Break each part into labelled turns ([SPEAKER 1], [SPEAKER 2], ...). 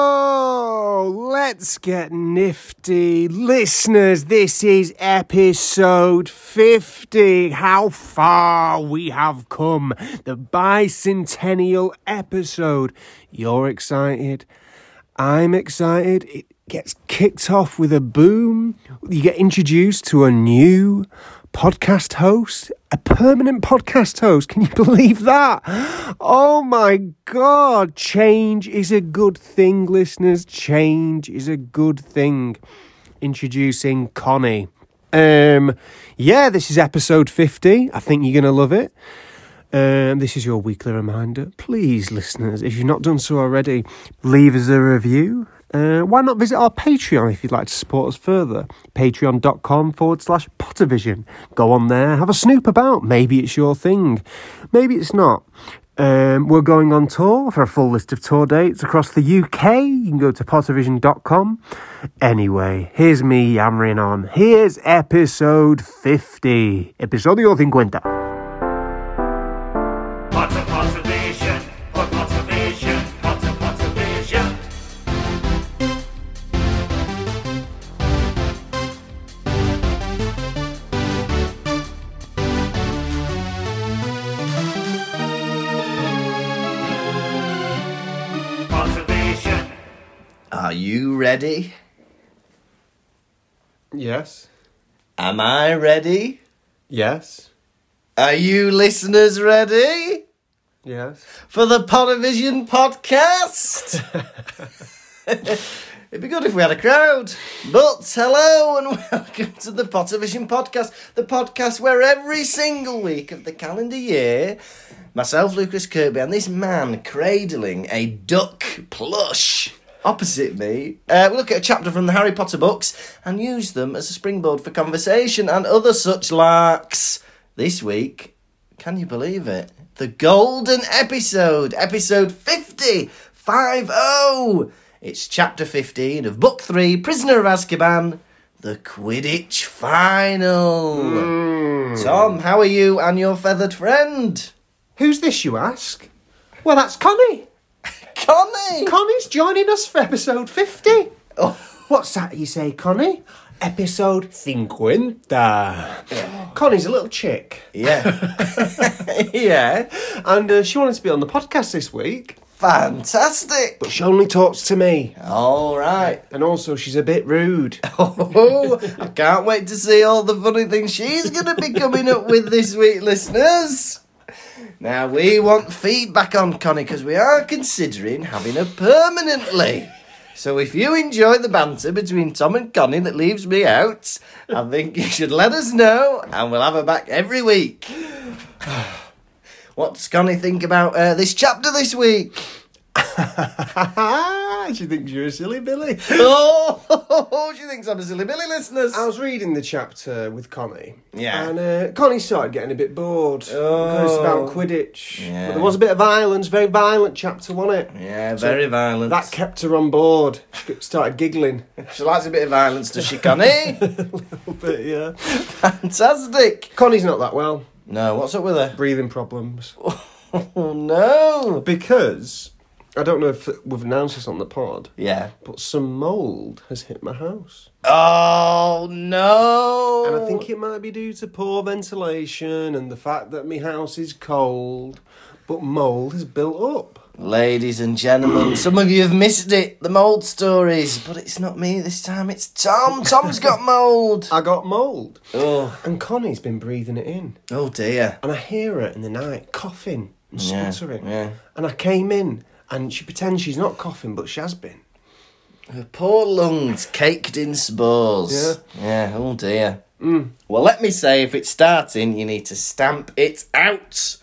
[SPEAKER 1] Oh, let's get nifty. Listeners, this is episode 50. How far we have come. The bicentennial episode. You're excited. I'm excited. It gets kicked off with a boom. You get introduced to a new podcast host, a permanent podcast host. Can you believe that? Oh my God. Change is a good thing, listeners. Change is a good thing. Introducing Connie. Um, yeah, this is episode 50. I think you're going to love it. Um, this is your weekly reminder. Please, listeners, if you've not done so already, leave us a review. Uh, why not visit our Patreon if you'd like to support us further? Patreon.com forward slash Pottervision. Go on there, have a snoop about. Maybe it's your thing, maybe it's not. Um, we're going on tour for a full list of tour dates across the UK. You can go to pottervision.com. Anyway, here's me yammering on. Here's episode 50. Episodio 50.
[SPEAKER 2] Pots of conservation, pot conservation, pots of conservation. Conservation,
[SPEAKER 3] Are you ready?
[SPEAKER 1] Yes.
[SPEAKER 3] Am I ready?
[SPEAKER 1] Yes.
[SPEAKER 3] Are you listeners ready
[SPEAKER 1] Yes.
[SPEAKER 3] for the Pottervision podcast? It'd be good if we had a crowd. But hello and welcome to the Pottervision podcast, the podcast where every single week of the calendar year, myself, Lucas Kirby, and this man cradling a duck plush opposite me, uh, we look at a chapter from the Harry Potter books and use them as a springboard for conversation and other such larks. This week, can you believe it? The golden episode, episode 50, 50. It's chapter 15 of book 3, Prisoner of Azkaban, the Quidditch final. Tom, how are you and your feathered friend?
[SPEAKER 1] Who's this, you ask? Well, that's Connie.
[SPEAKER 3] Connie!
[SPEAKER 1] Connie's joining us for episode 50.
[SPEAKER 3] Oh.
[SPEAKER 1] What's that you say, Connie? Episode 50. Connie's a little chick.
[SPEAKER 3] yeah. yeah.
[SPEAKER 1] And uh, she wanted to be on the podcast this week.
[SPEAKER 3] Fantastic.
[SPEAKER 1] She only talks to me.
[SPEAKER 3] All right.
[SPEAKER 1] And also, she's a bit rude.
[SPEAKER 3] Oh, I can't wait to see all the funny things she's going to be coming up with this week, listeners. Now, we want feedback on Connie because we are considering having her permanently. So, if you enjoy the banter between Tom and Connie that leaves me out, I think you should let us know and we'll have her back every week. What's Connie think about uh, this chapter this week?
[SPEAKER 1] she thinks you're a silly Billy.
[SPEAKER 3] Oh, she thinks I'm a silly billy, listeners.
[SPEAKER 1] I was reading the chapter with Connie.
[SPEAKER 3] Yeah.
[SPEAKER 1] And uh, Connie started getting a bit bored.
[SPEAKER 3] Oh.
[SPEAKER 1] It's about Quidditch.
[SPEAKER 3] Yeah.
[SPEAKER 1] But there was a bit of violence, very violent chapter, wasn't it?
[SPEAKER 3] Yeah, very violent.
[SPEAKER 1] That kept her on board. She g- started giggling.
[SPEAKER 3] She likes a bit of violence, does she, Connie?
[SPEAKER 1] but yeah.
[SPEAKER 3] Fantastic.
[SPEAKER 1] Connie's not that well.
[SPEAKER 3] No, what's up with her?
[SPEAKER 1] Breathing problems.
[SPEAKER 3] Oh no.
[SPEAKER 1] Because, I don't know if we've announced this on the pod,
[SPEAKER 3] Yeah.
[SPEAKER 1] but some mould has hit my house.
[SPEAKER 3] Oh no.
[SPEAKER 1] And I think it might be due to poor ventilation and the fact that my house is cold, but mould has built up.
[SPEAKER 3] ladies and gentlemen, some of you have missed it. The mold stories, but it's not me this time. It's Tom. Tom's got mold.
[SPEAKER 1] I got mould.
[SPEAKER 3] oh.
[SPEAKER 1] And Connie's been breathing it in.
[SPEAKER 3] Oh dear.
[SPEAKER 1] And I hear her in the night coughing and
[SPEAKER 3] Yeah,
[SPEAKER 1] sputtering.
[SPEAKER 3] yeah.
[SPEAKER 1] And I came in and she pretends she's not coughing, but she has been.
[SPEAKER 3] Her poor lungs caked in spores. Yeah. Yeah. Oh dear. Well, let me say, if it's starting, you need to stamp it out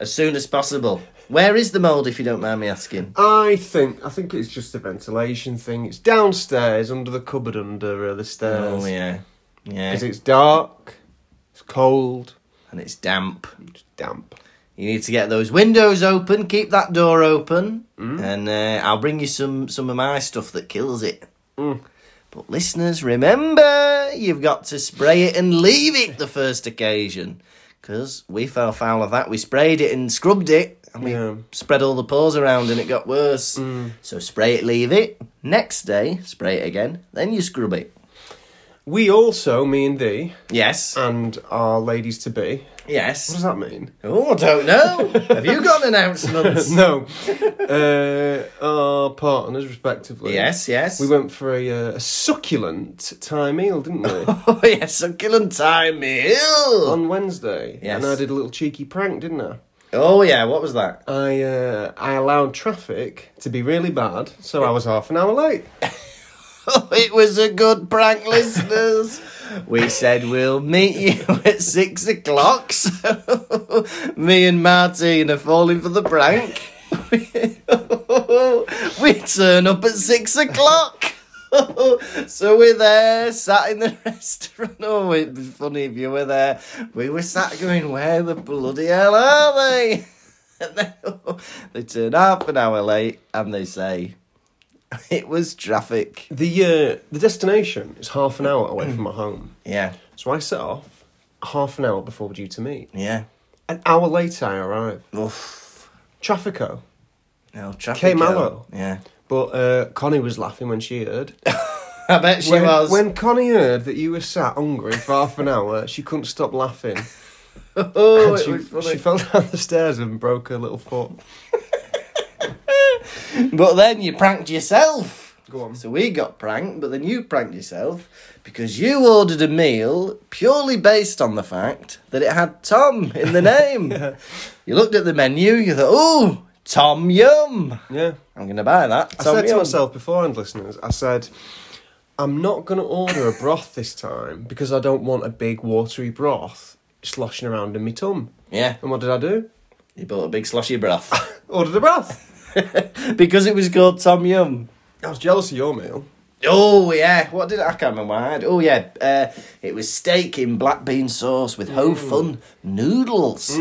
[SPEAKER 3] as soon as possible. Where is the mold, if you don't mind me asking?
[SPEAKER 1] I think I think it's just a ventilation thing. It's downstairs under the cupboard under uh, the stairs.
[SPEAKER 3] Oh yeah, yeah.
[SPEAKER 1] 'Cause it's dark, it's cold,
[SPEAKER 3] and it's damp.
[SPEAKER 1] it's damp.
[SPEAKER 3] You need to get those windows open. Keep that door open,
[SPEAKER 1] Mm.
[SPEAKER 3] and uh, I'll bring you some some of my stuff that kills it.
[SPEAKER 1] Mm.
[SPEAKER 3] But listeners, remember you've got to spray it and leave it the first occasion, because we fell foul of that. We sprayed it and scrubbed it, and we
[SPEAKER 1] Yeah. Mm.
[SPEAKER 3] spread all the paws around and it got worse. So spray it, leave it. Next day, spray it again. Then you scrub it.
[SPEAKER 1] We also, me and thee,
[SPEAKER 3] Yes.
[SPEAKER 1] and our ladies to be. What does
[SPEAKER 3] yes.
[SPEAKER 1] that mean?
[SPEAKER 3] Oh, I don't know. Have you got announcements?
[SPEAKER 1] No, uh, our partners, respectively.
[SPEAKER 3] Yes, yes.
[SPEAKER 1] We went for a, uh, a succulent Thai meal, didn't we?
[SPEAKER 3] Oh, yes, succulent time meal.
[SPEAKER 1] On Wednesday.
[SPEAKER 3] Yes.
[SPEAKER 1] And I did a little cheeky prank, didn't I?
[SPEAKER 3] Oh, yeah, what was that?
[SPEAKER 1] I uh, I allowed traffic to be really bad, so I was half an hour late.
[SPEAKER 3] Oh, it was a good prank, listeners. we said we'll meet you at six o'clock. So me and Martine are falling for the prank. we turn up at six o'clock. so we're there, sat in the restaurant. Oh, it'd be funny if you were there. We were sat going, Where the bloody hell are they? And then they turn half an hour late and they say, It was traffic.
[SPEAKER 1] The uh, the destination is half an hour away from my home,
[SPEAKER 3] Yeah,
[SPEAKER 1] so I set off half an hour before we're due to meet.
[SPEAKER 3] yeah.
[SPEAKER 1] An hour later, I arrived.
[SPEAKER 3] Oof.
[SPEAKER 1] Traffico.
[SPEAKER 3] No, traffic.
[SPEAKER 1] Kay
[SPEAKER 3] girl.
[SPEAKER 1] Mallow.
[SPEAKER 3] Yeah.
[SPEAKER 1] But uh, Connie was laughing when she heard.
[SPEAKER 3] I bet she
[SPEAKER 1] when,
[SPEAKER 3] was.
[SPEAKER 1] when Connie heard that you were sat hungry for half an hour, she couldn't stop laughing.
[SPEAKER 3] oh,
[SPEAKER 1] And
[SPEAKER 3] it
[SPEAKER 1] she,
[SPEAKER 3] was funny.
[SPEAKER 1] she fell down the stairs and broke her little foot.
[SPEAKER 3] But then you pranked yourself.
[SPEAKER 1] Go on.
[SPEAKER 3] So we got pranked, but then you pranked yourself because you ordered a meal purely based on the fact that it had Tom in the name. You looked at the menu, you thought, ooh, Tom Yum.
[SPEAKER 1] Yeah.
[SPEAKER 3] I'm going to buy that.
[SPEAKER 1] I
[SPEAKER 3] Tom
[SPEAKER 1] said to
[SPEAKER 3] Yum."
[SPEAKER 1] myself beforehand, listeners, I said, I'm not going to order a broth this time because I don't want a big watery broth sloshing around in my tum.
[SPEAKER 3] Yeah,
[SPEAKER 1] And what did I do?
[SPEAKER 3] you bought a big sloshy broth
[SPEAKER 1] Ordered a broth.
[SPEAKER 3] because it was called Tom Yum.
[SPEAKER 1] I was jealous of your meal.
[SPEAKER 3] Oh yeah, what did I, I can't remember what I had. Oh yeah, uh, it was steak in black bean sauce with
[SPEAKER 1] Mm.
[SPEAKER 3] ho fun noodles.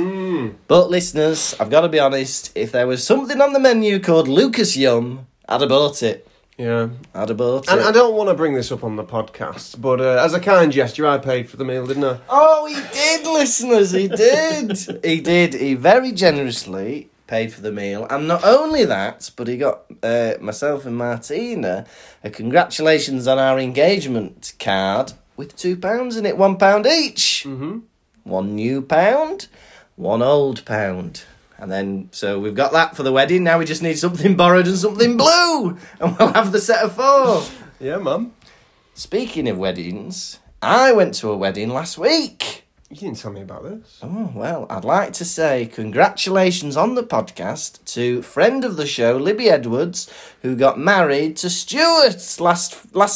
[SPEAKER 3] But listeners, I've got to be honest. If there was something on the menu called Lucas Yum, I'd have bought it.
[SPEAKER 1] Yeah.
[SPEAKER 3] I'd have bought
[SPEAKER 1] And
[SPEAKER 3] it.
[SPEAKER 1] I don't want to bring this up on the podcast, but uh, as a kind gesture, I paid for the meal, didn't I?
[SPEAKER 3] oh, he did, listeners. He did. he did. He very generously paid for the meal, and not only that, but he got uh, myself and Martina a congratulations on our engagement card with two pounds in it, one pound each.
[SPEAKER 1] Mm-hmm.
[SPEAKER 3] one new pound, one old pound. And then, so we've got that for the wedding. Now we just need something borrowed and something blue, and we'll have the set of four.
[SPEAKER 1] Yeah, mum.
[SPEAKER 3] Speaking of weddings, I went to a wedding last week.
[SPEAKER 1] You didn't tell me about this.
[SPEAKER 3] Oh, well, I'd like to say congratulations on the podcast to friend of the show, Libby Edwards, who got married to Stuart last, last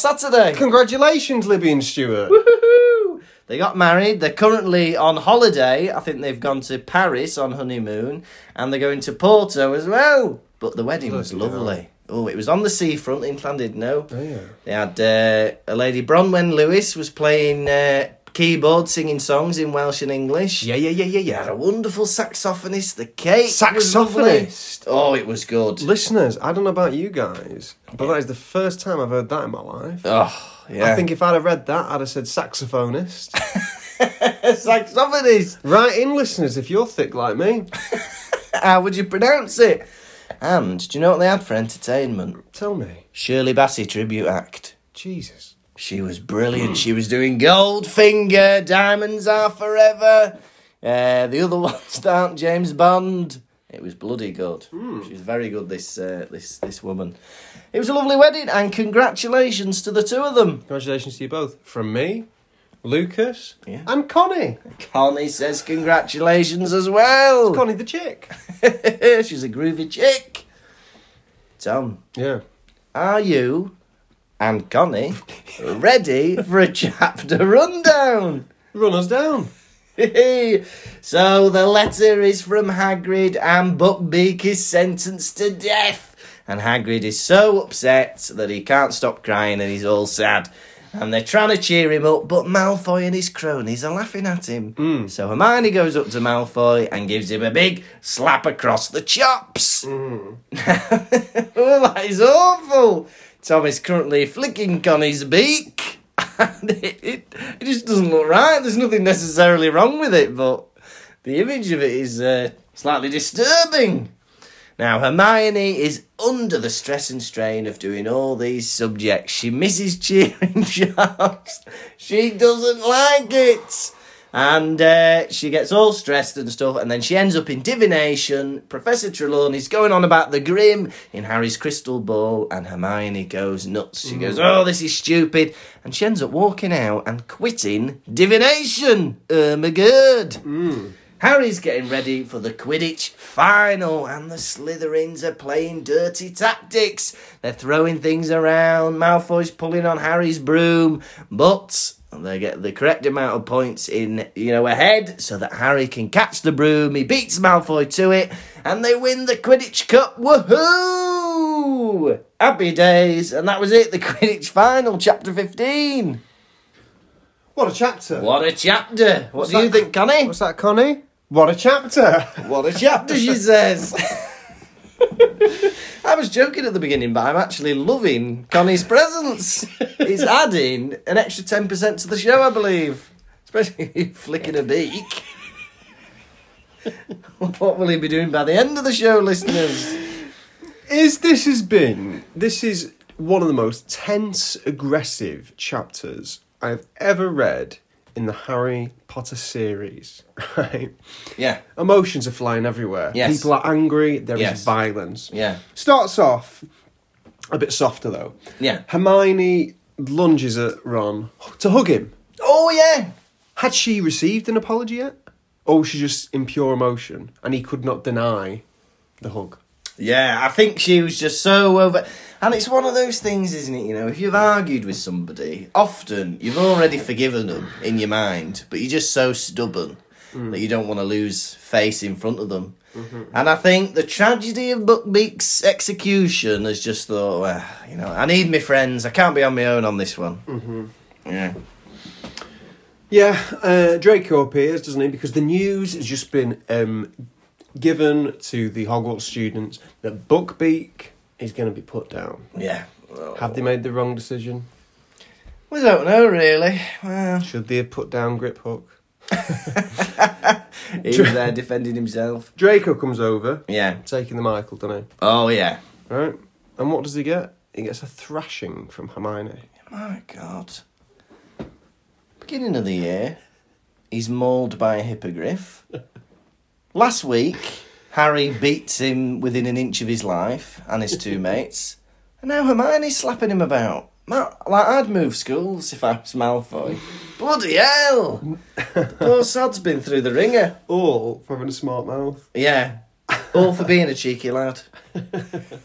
[SPEAKER 3] Saturday.
[SPEAKER 1] Congratulations, Libby and Stuart.
[SPEAKER 3] Woohoo! They got married. They're currently on holiday. I think they've gone to Paris on honeymoon, and they're going to Porto as well. But the wedding was
[SPEAKER 1] Bloody
[SPEAKER 3] lovely. Oh, it was on the seafront in Llandudno.
[SPEAKER 1] Oh, yeah.
[SPEAKER 3] They had uh, a lady Bronwen Lewis was playing uh, keyboard, singing songs in Welsh and English.
[SPEAKER 1] Yeah, yeah, yeah, yeah,
[SPEAKER 3] They had
[SPEAKER 1] yeah.
[SPEAKER 3] a wonderful saxophonist. The cake. was
[SPEAKER 1] Saxophonist?
[SPEAKER 3] lovely. Oh, it was good.
[SPEAKER 1] Listeners, I don't know about you guys, but that is the first time I've heard that in my life.
[SPEAKER 3] Oh, yeah.
[SPEAKER 1] I think if I'd have read that, I'd have said saxophonist.
[SPEAKER 3] saxophonist.
[SPEAKER 1] Right in, listeners, if you're thick like me.
[SPEAKER 3] How would you pronounce it? And do you know what they had for entertainment?
[SPEAKER 1] Tell me.
[SPEAKER 3] Shirley Bassey tribute act.
[SPEAKER 1] Jesus.
[SPEAKER 3] She was brilliant. She was doing Goldfinger, Diamonds Are Forever. Uh, the other ones that aren't James Bond. It was bloody good.
[SPEAKER 1] Hmm.
[SPEAKER 3] She was very good. This uh, this this woman. It was a lovely wedding, and congratulations to the two of them.
[SPEAKER 1] Congratulations to you both. From me, Lucas,
[SPEAKER 3] Yeah.
[SPEAKER 1] and Connie.
[SPEAKER 3] Connie says congratulations as well.
[SPEAKER 1] Connie the chick.
[SPEAKER 3] She's a groovy chick. Tom,
[SPEAKER 1] Yeah.
[SPEAKER 3] Are you and Connie ready for a chapter rundown?
[SPEAKER 1] Run us down.
[SPEAKER 3] so the letter is from Hagrid, and Buckbeak is sentenced to death. And Hagrid is so upset that he can't stop crying and he's all sad. And they're trying to cheer him up, but Malfoy and his cronies are laughing at him. So Hermione goes up to Malfoy and gives him a big slap across the chops. oh, that is awful. Tom is currently flicking Connie's beak. And it, it, it just doesn't look right. There's nothing necessarily wrong with it, but the image of it is uh, Slightly disturbing. Now, Hermione is under the stress and strain of doing all these subjects. She misses cheering jobs. She doesn't like it. And uh, she gets all stressed and stuff, and then she ends up in divination. Professor Trelawney's going on about the Grim in Harry's crystal ball, and Hermione goes nuts. She goes, "Oh, this is stupid," and she ends up walking out and quitting divination. Oh my god! Harry's getting ready for the Quidditch final, and the Slytherins are playing dirty tactics. They're throwing things around. Malfoy's pulling on Harry's broom, but they get the correct amount of points in, you know, ahead, so that Harry can catch the broom. He beats Malfoy to it, and they win the Quidditch Cup. Woohoo! Happy days, and that was it. The Quidditch final, chapter fifteen.
[SPEAKER 1] What a chapter.
[SPEAKER 3] What a chapter! What do you
[SPEAKER 1] that-
[SPEAKER 3] think, Connie?
[SPEAKER 1] What's that, Connie? What a chapter.
[SPEAKER 3] What a chapter she says. I was joking at the beginning, but I'm actually loving Connie's presence. It's adding an extra 10% to the show, I believe. Especially you flicking a beak. what will he be doing by the end of the show, listeners?
[SPEAKER 1] is this has been this is one of the most tense aggressive chapters i've ever read in the harry potter series right
[SPEAKER 3] Yeah,
[SPEAKER 1] emotions are flying everywhere
[SPEAKER 3] Yes.
[SPEAKER 1] people are angry There is
[SPEAKER 3] Yes.
[SPEAKER 1] violence
[SPEAKER 3] yeah,
[SPEAKER 1] starts off a bit softer though
[SPEAKER 3] yeah.
[SPEAKER 1] hermione lunges at ron to hug him
[SPEAKER 3] Oh, yeah!
[SPEAKER 1] had she received an apology yet or was she just in pure emotion and he could not deny the hug
[SPEAKER 3] Yeah, I think she was just so over. And it's one of those things, isn't it? You know, if you've argued with somebody, often you've already forgiven them in your mind, but you're just so stubborn that you don't want to lose face in front of them. And I think the tragedy of Buckbeak's execution has just thought, well, you know, I need my friends. I can't be on my own on this one. Mm-hmm. Yeah.
[SPEAKER 1] Yeah, uh, Draco appears, doesn't he? Because the news has just been um, given to the Hogwarts students that Buckbeak is going to be put down.
[SPEAKER 3] Yeah.
[SPEAKER 1] Have they made the wrong decision?
[SPEAKER 3] We don't know, really. Well,
[SPEAKER 1] Should they have put down Grip Hook?
[SPEAKER 3] he was there defending himself.
[SPEAKER 1] Draco comes over,
[SPEAKER 3] Yeah.
[SPEAKER 1] taking the Michael, doesn't
[SPEAKER 3] Oh, yeah.
[SPEAKER 1] he? Right? And what does he get? He gets a thrashing from Hermione.
[SPEAKER 3] My God. Beginning of the year, he's mauled by a hippogriff. Last week, Harry beats him within an inch of his life and his two mates. And now Hermione's slapping him about. Ma- Like, I'd move schools if I was Malfoy. Bloody hell! Poor sod's been through the ringer.
[SPEAKER 1] All for having a smart mouth.
[SPEAKER 3] Yeah. All for being a cheeky lad.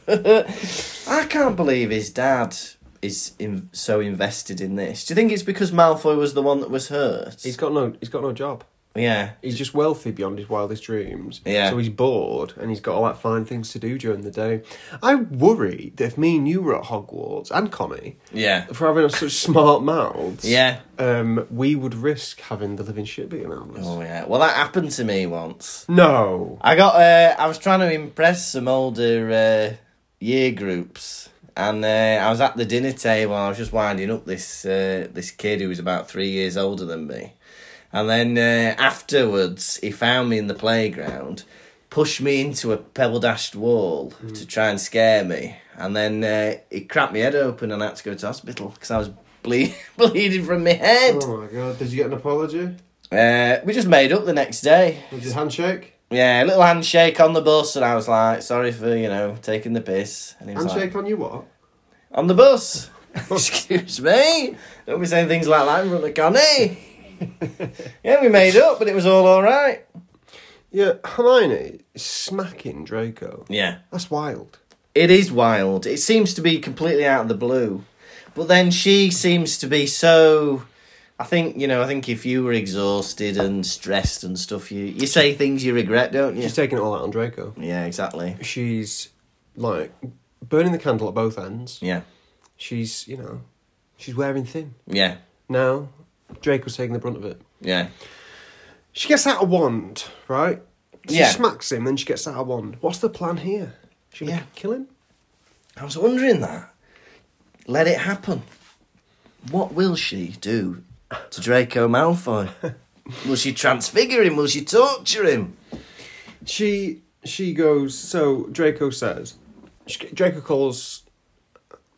[SPEAKER 3] I can't believe his dad is in, so invested in this. Do you think it's because Malfoy was the one that was hurt?
[SPEAKER 1] He's got no. He's got no job.
[SPEAKER 3] yeah.
[SPEAKER 1] He's just wealthy beyond his wildest dreams.
[SPEAKER 3] Yeah.
[SPEAKER 1] So he's bored and he's got all that fine things to do during the day. I worry that if me and you were at Hogwarts and Connie,
[SPEAKER 3] Yeah.
[SPEAKER 1] for having such smart mouths,
[SPEAKER 3] Yeah.
[SPEAKER 1] um, we would risk having the living shit beaten out of us.
[SPEAKER 3] Oh, yeah. Well, that happened to me once.
[SPEAKER 1] No.
[SPEAKER 3] I got. Uh, I was trying to impress some older uh, year groups, and uh, I was at the dinner table. And I was just winding up this uh, this kid who was about three years older than me, and then uh, afterwards he found me in the playground, pushed me into a pebble dashed wall to try and scare me, and then uh, he cracked my head open and I had to go to hospital because I was ble- bleeding from my head.
[SPEAKER 1] Oh my god! Did you get an apology?
[SPEAKER 3] Uh, we just made up the next day.
[SPEAKER 1] Was it handshake?
[SPEAKER 3] Yeah, a little handshake on the bus, and I was like, sorry for, you know, taking the piss. And he was
[SPEAKER 1] Handshake
[SPEAKER 3] like,
[SPEAKER 1] on you what?
[SPEAKER 3] on the bus. Excuse me. Don't be saying things like that in front of Connie. yeah, we made up, but it was all alright.
[SPEAKER 1] Yeah, Hermione is smacking Draco.
[SPEAKER 3] Yeah.
[SPEAKER 1] That's wild.
[SPEAKER 3] It is wild. It seems to be completely out of the blue. But then she seems to be so. I think, you know, I think if you were exhausted and stressed and stuff, you, you say things you regret, don't you?
[SPEAKER 1] She's taking it all out on Draco.
[SPEAKER 3] Yeah, exactly.
[SPEAKER 1] She's like burning the candle at both ends.
[SPEAKER 3] Yeah.
[SPEAKER 1] She's you know, she's wearing thin.
[SPEAKER 3] Yeah.
[SPEAKER 1] Now, Draco's taking the brunt of it.
[SPEAKER 3] Yeah.
[SPEAKER 1] She gets out a wand, right? She
[SPEAKER 3] Yeah.
[SPEAKER 1] smacks him, then she gets out a wand. What's the plan here? She gonna
[SPEAKER 3] Yeah.
[SPEAKER 1] kill him?
[SPEAKER 3] I was wondering that. Let it happen. What will she do to Draco Malfoy? will she transfigure him? Will she torture him?
[SPEAKER 1] she she goes. So Draco says, she, Draco calls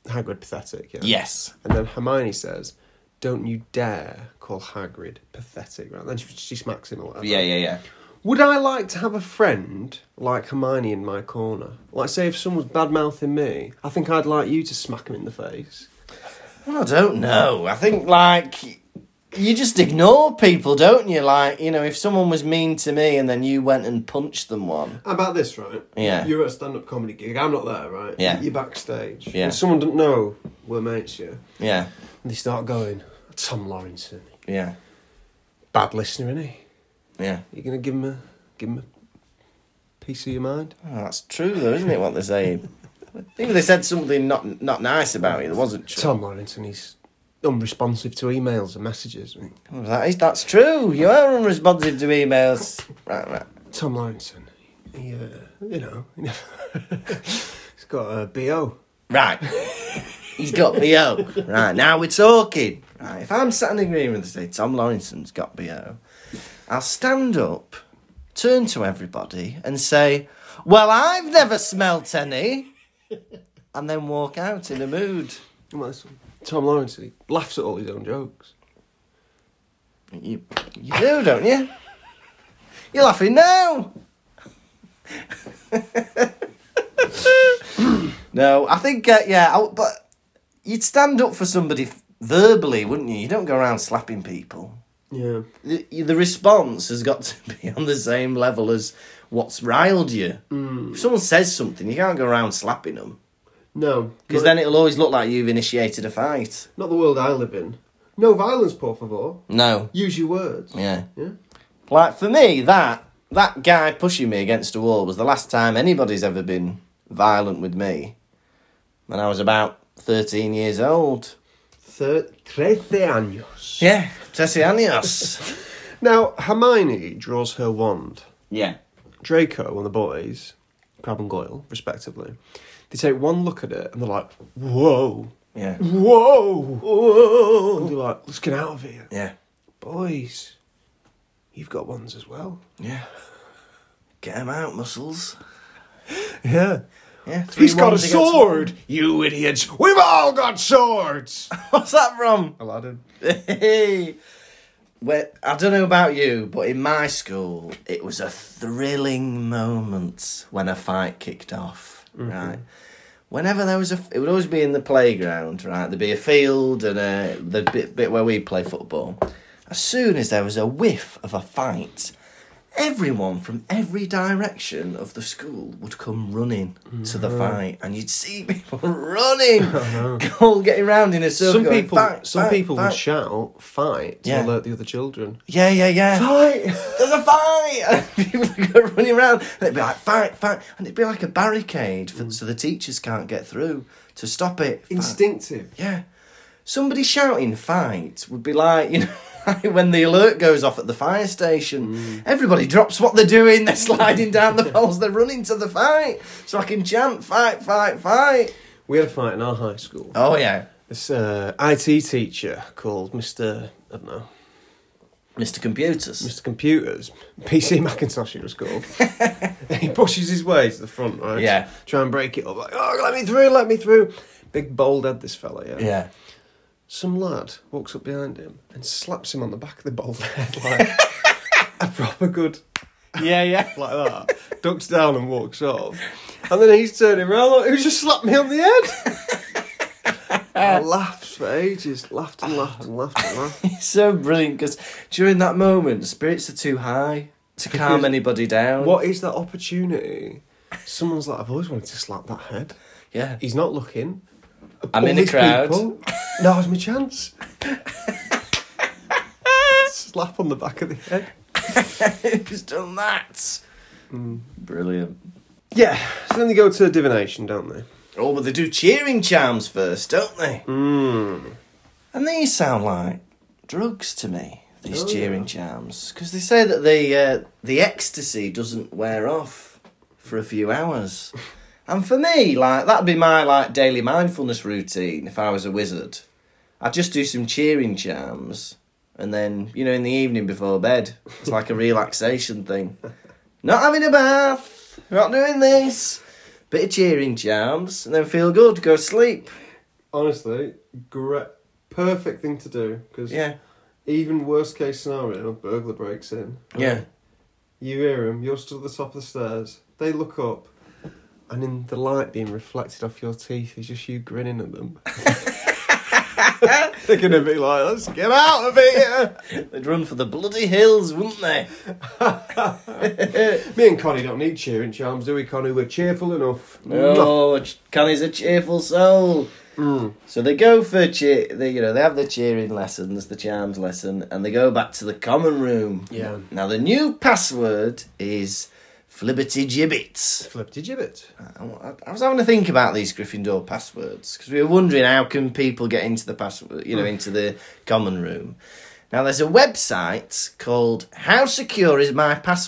[SPEAKER 1] Hagrid pathetic. Yeah?
[SPEAKER 3] Yes.
[SPEAKER 1] And then Hermione says, "Don't you dare call Hagrid pathetic." Right? And then she, she smacks him or whatever.
[SPEAKER 3] Yeah, yeah, yeah.
[SPEAKER 1] Would I like to have a friend like Hermione in my corner? Like, say, if someone's bad mouthing me, I think I'd like you to smack him in the face.
[SPEAKER 3] Well, I don't know. I think like you just ignore people, don't you? Like you know, if someone was mean to me and then you went and punched them one.
[SPEAKER 1] How about this, right?
[SPEAKER 3] Yeah.
[SPEAKER 1] You're at a stand up comedy gig. I'm not there, right?
[SPEAKER 3] Yeah.
[SPEAKER 1] You're backstage.
[SPEAKER 3] Yeah.
[SPEAKER 1] And someone doesn't know we're mates, yeah.
[SPEAKER 3] Yeah,
[SPEAKER 1] And they start going, Tom Lawrenson.
[SPEAKER 3] yeah,
[SPEAKER 1] Bad listener, innit?
[SPEAKER 3] yeah.
[SPEAKER 1] You're going to give him a give him a piece of your mind?
[SPEAKER 3] Oh, that's true, though, isn't it? What they're saying. Even they said something not not nice about you. That wasn't true.
[SPEAKER 1] Tom Lawrenson, he's unresponsive to emails and messages.
[SPEAKER 3] Oh, That is, that's true. You are unresponsive to emails. Right, right.
[SPEAKER 1] Tom Lawrenson, he, uh, you know, he's got a BO.
[SPEAKER 3] Right. He's got BO. Right, now we're talking. Right, if I'm sat in agreement to say Tom Lawrenson's got BO, I'll stand up, turn to everybody, and say, Well, I've never smelt any. And then walk out in a mood.
[SPEAKER 1] Come on, this one. Tom Lawrence, he laughs at all his own jokes.
[SPEAKER 3] You, you do, don't you? You're laughing now. no, I think uh, yeah, I w but you'd stand up for somebody f- verbally, wouldn't you? You don't go around slapping people.
[SPEAKER 1] Yeah.
[SPEAKER 3] The, the response has got to be on the same level as what's riled you. If someone says something, you can't go around slapping them
[SPEAKER 1] No.
[SPEAKER 3] because
[SPEAKER 1] not,
[SPEAKER 3] then it'll always look like you've initiated a fight.
[SPEAKER 1] Not the world I live in. No violence, por favor.
[SPEAKER 3] No.
[SPEAKER 1] Use your words.
[SPEAKER 3] Yeah.
[SPEAKER 1] Yeah.
[SPEAKER 3] Like for me, that that guy pushing me against a wall was the last time anybody's ever been violent with me. When I was about thirteen years old.
[SPEAKER 1] Thir- Trece años.
[SPEAKER 3] Yeah. Tessianios.
[SPEAKER 1] Now, Hermione draws her wand.
[SPEAKER 3] yeah.
[SPEAKER 1] Draco and the boys, Crab and Goyle, respectively, they take one look at it and they're like, whoa.
[SPEAKER 3] Yeah.
[SPEAKER 1] Whoa. Whoa. And they're like, let's get out of here.
[SPEAKER 3] Yeah.
[SPEAKER 1] Boys, you've got wands as well.
[SPEAKER 3] Yeah. Get him out, muscles.
[SPEAKER 1] Yeah.
[SPEAKER 3] Yeah. three
[SPEAKER 1] He's got a
[SPEAKER 3] ones against-
[SPEAKER 1] sword, you idiots. We've all got swords.
[SPEAKER 3] What's that from?
[SPEAKER 1] Aladdin.
[SPEAKER 3] Hey. Well, I don't know about you, but in my school, it was a thrilling moment when a fight kicked off.
[SPEAKER 1] Mm-hmm.
[SPEAKER 3] Right. Whenever there was a, it would always be in the playground. Right, there'd be a field and a the bit, bit where we play football. As soon as there was a whiff of a fight, everyone from every direction of the school would come running to
[SPEAKER 1] Mm-hmm.
[SPEAKER 3] the fight, and you'd see people running, all getting round in a circle.
[SPEAKER 1] Uh-huh. Some
[SPEAKER 3] going,
[SPEAKER 1] people,
[SPEAKER 3] "Fight,
[SPEAKER 1] some
[SPEAKER 3] fight,
[SPEAKER 1] people
[SPEAKER 3] fight."
[SPEAKER 1] would shout, fight, to
[SPEAKER 3] Yeah.
[SPEAKER 1] alert the other children.
[SPEAKER 3] Yeah, yeah, yeah.
[SPEAKER 1] Fight!
[SPEAKER 3] There's a fight! And people would go running around. And it'd be like, fight, fight. And it'd be like a barricade for, so the teachers can't get through to stop it. Fight.
[SPEAKER 1] Instinctive.
[SPEAKER 3] Yeah. Somebody shouting fight would be like, you know, like when the alert goes off at the fire station. Everybody drops what they're doing. They're sliding down the poles. They're running to the fight. So I can chant fight, fight, fight.
[SPEAKER 1] We had a fight in our high school.
[SPEAKER 3] Oh, yeah.
[SPEAKER 1] This uh, IT teacher called Mr. I don't know,
[SPEAKER 3] Mr. Computers.
[SPEAKER 1] Mr. Computers, PC Macintosh it was called. and he pushes his way to the front, right?
[SPEAKER 3] Yeah.
[SPEAKER 1] Try and break it up, like, oh, let me through, let me through. Big bald head, this fella, yeah.
[SPEAKER 3] Yeah.
[SPEAKER 1] Some lad walks up behind him and slaps him on the back of the bald head, like a proper good,
[SPEAKER 3] Yeah, yeah.
[SPEAKER 1] like that. Ducks down and walks off. And then he's turning around, like, who just slapped me on the head?
[SPEAKER 3] Uh.
[SPEAKER 1] I laughed for ages, laughed and laughed and laughed and laughed.
[SPEAKER 3] It's so brilliant because during that moment, spirits are too high to calm anybody down.
[SPEAKER 1] What is that opportunity? Someone's like, I've always wanted to slap that head.
[SPEAKER 3] Yeah.
[SPEAKER 1] He's not looking.
[SPEAKER 3] I'm in a
[SPEAKER 1] these
[SPEAKER 3] crowd.
[SPEAKER 1] people- Now's my chance. slap on the back of the head.
[SPEAKER 3] Who's done that? Mm. Brilliant.
[SPEAKER 1] Yeah. So then they go to divination, don't they?
[SPEAKER 3] Oh, but they do cheering charms first, don't they?
[SPEAKER 1] Hmm.
[SPEAKER 3] And these sound like drugs to me. These cheering charms, because they say that the uh, the ecstasy doesn't wear off for a few hours. And for me, like that'd be my like daily mindfulness routine if I was a wizard. I'd just do some cheering charms, and then you know in the evening before bed, it's like a relaxation thing. Not having a bath. Not doing this. Bit of cheering jams, and then feel good. Go sleep.
[SPEAKER 1] Honestly, great, perfect thing to do because
[SPEAKER 3] Yeah.
[SPEAKER 1] even worst case scenario, burglar breaks in.
[SPEAKER 3] Yeah.
[SPEAKER 1] You hear him. You're stood at the top of the stairs. They look up, and in the light being reflected off your teeth is just you grinning at them. They're gonna be like, "Let's get out of here."
[SPEAKER 3] They'd run for the bloody hills, wouldn't they?
[SPEAKER 1] Me and Connie don't need cheering charms, do we, Connie? We're cheerful enough.
[SPEAKER 3] Oh, ch- Connie's a cheerful soul.
[SPEAKER 1] Mm.
[SPEAKER 3] So they go for cheer. They, you know, they have the cheering lessons, the charms lesson, and they go back to the common room.
[SPEAKER 1] Yeah.
[SPEAKER 3] Now the new password is flibberty gibbets.
[SPEAKER 1] Flippity gibbet.
[SPEAKER 3] I I was having to think about these Gryffindor passwords because we were wondering how can people get into the password, you know, into the common room. Now there's a website called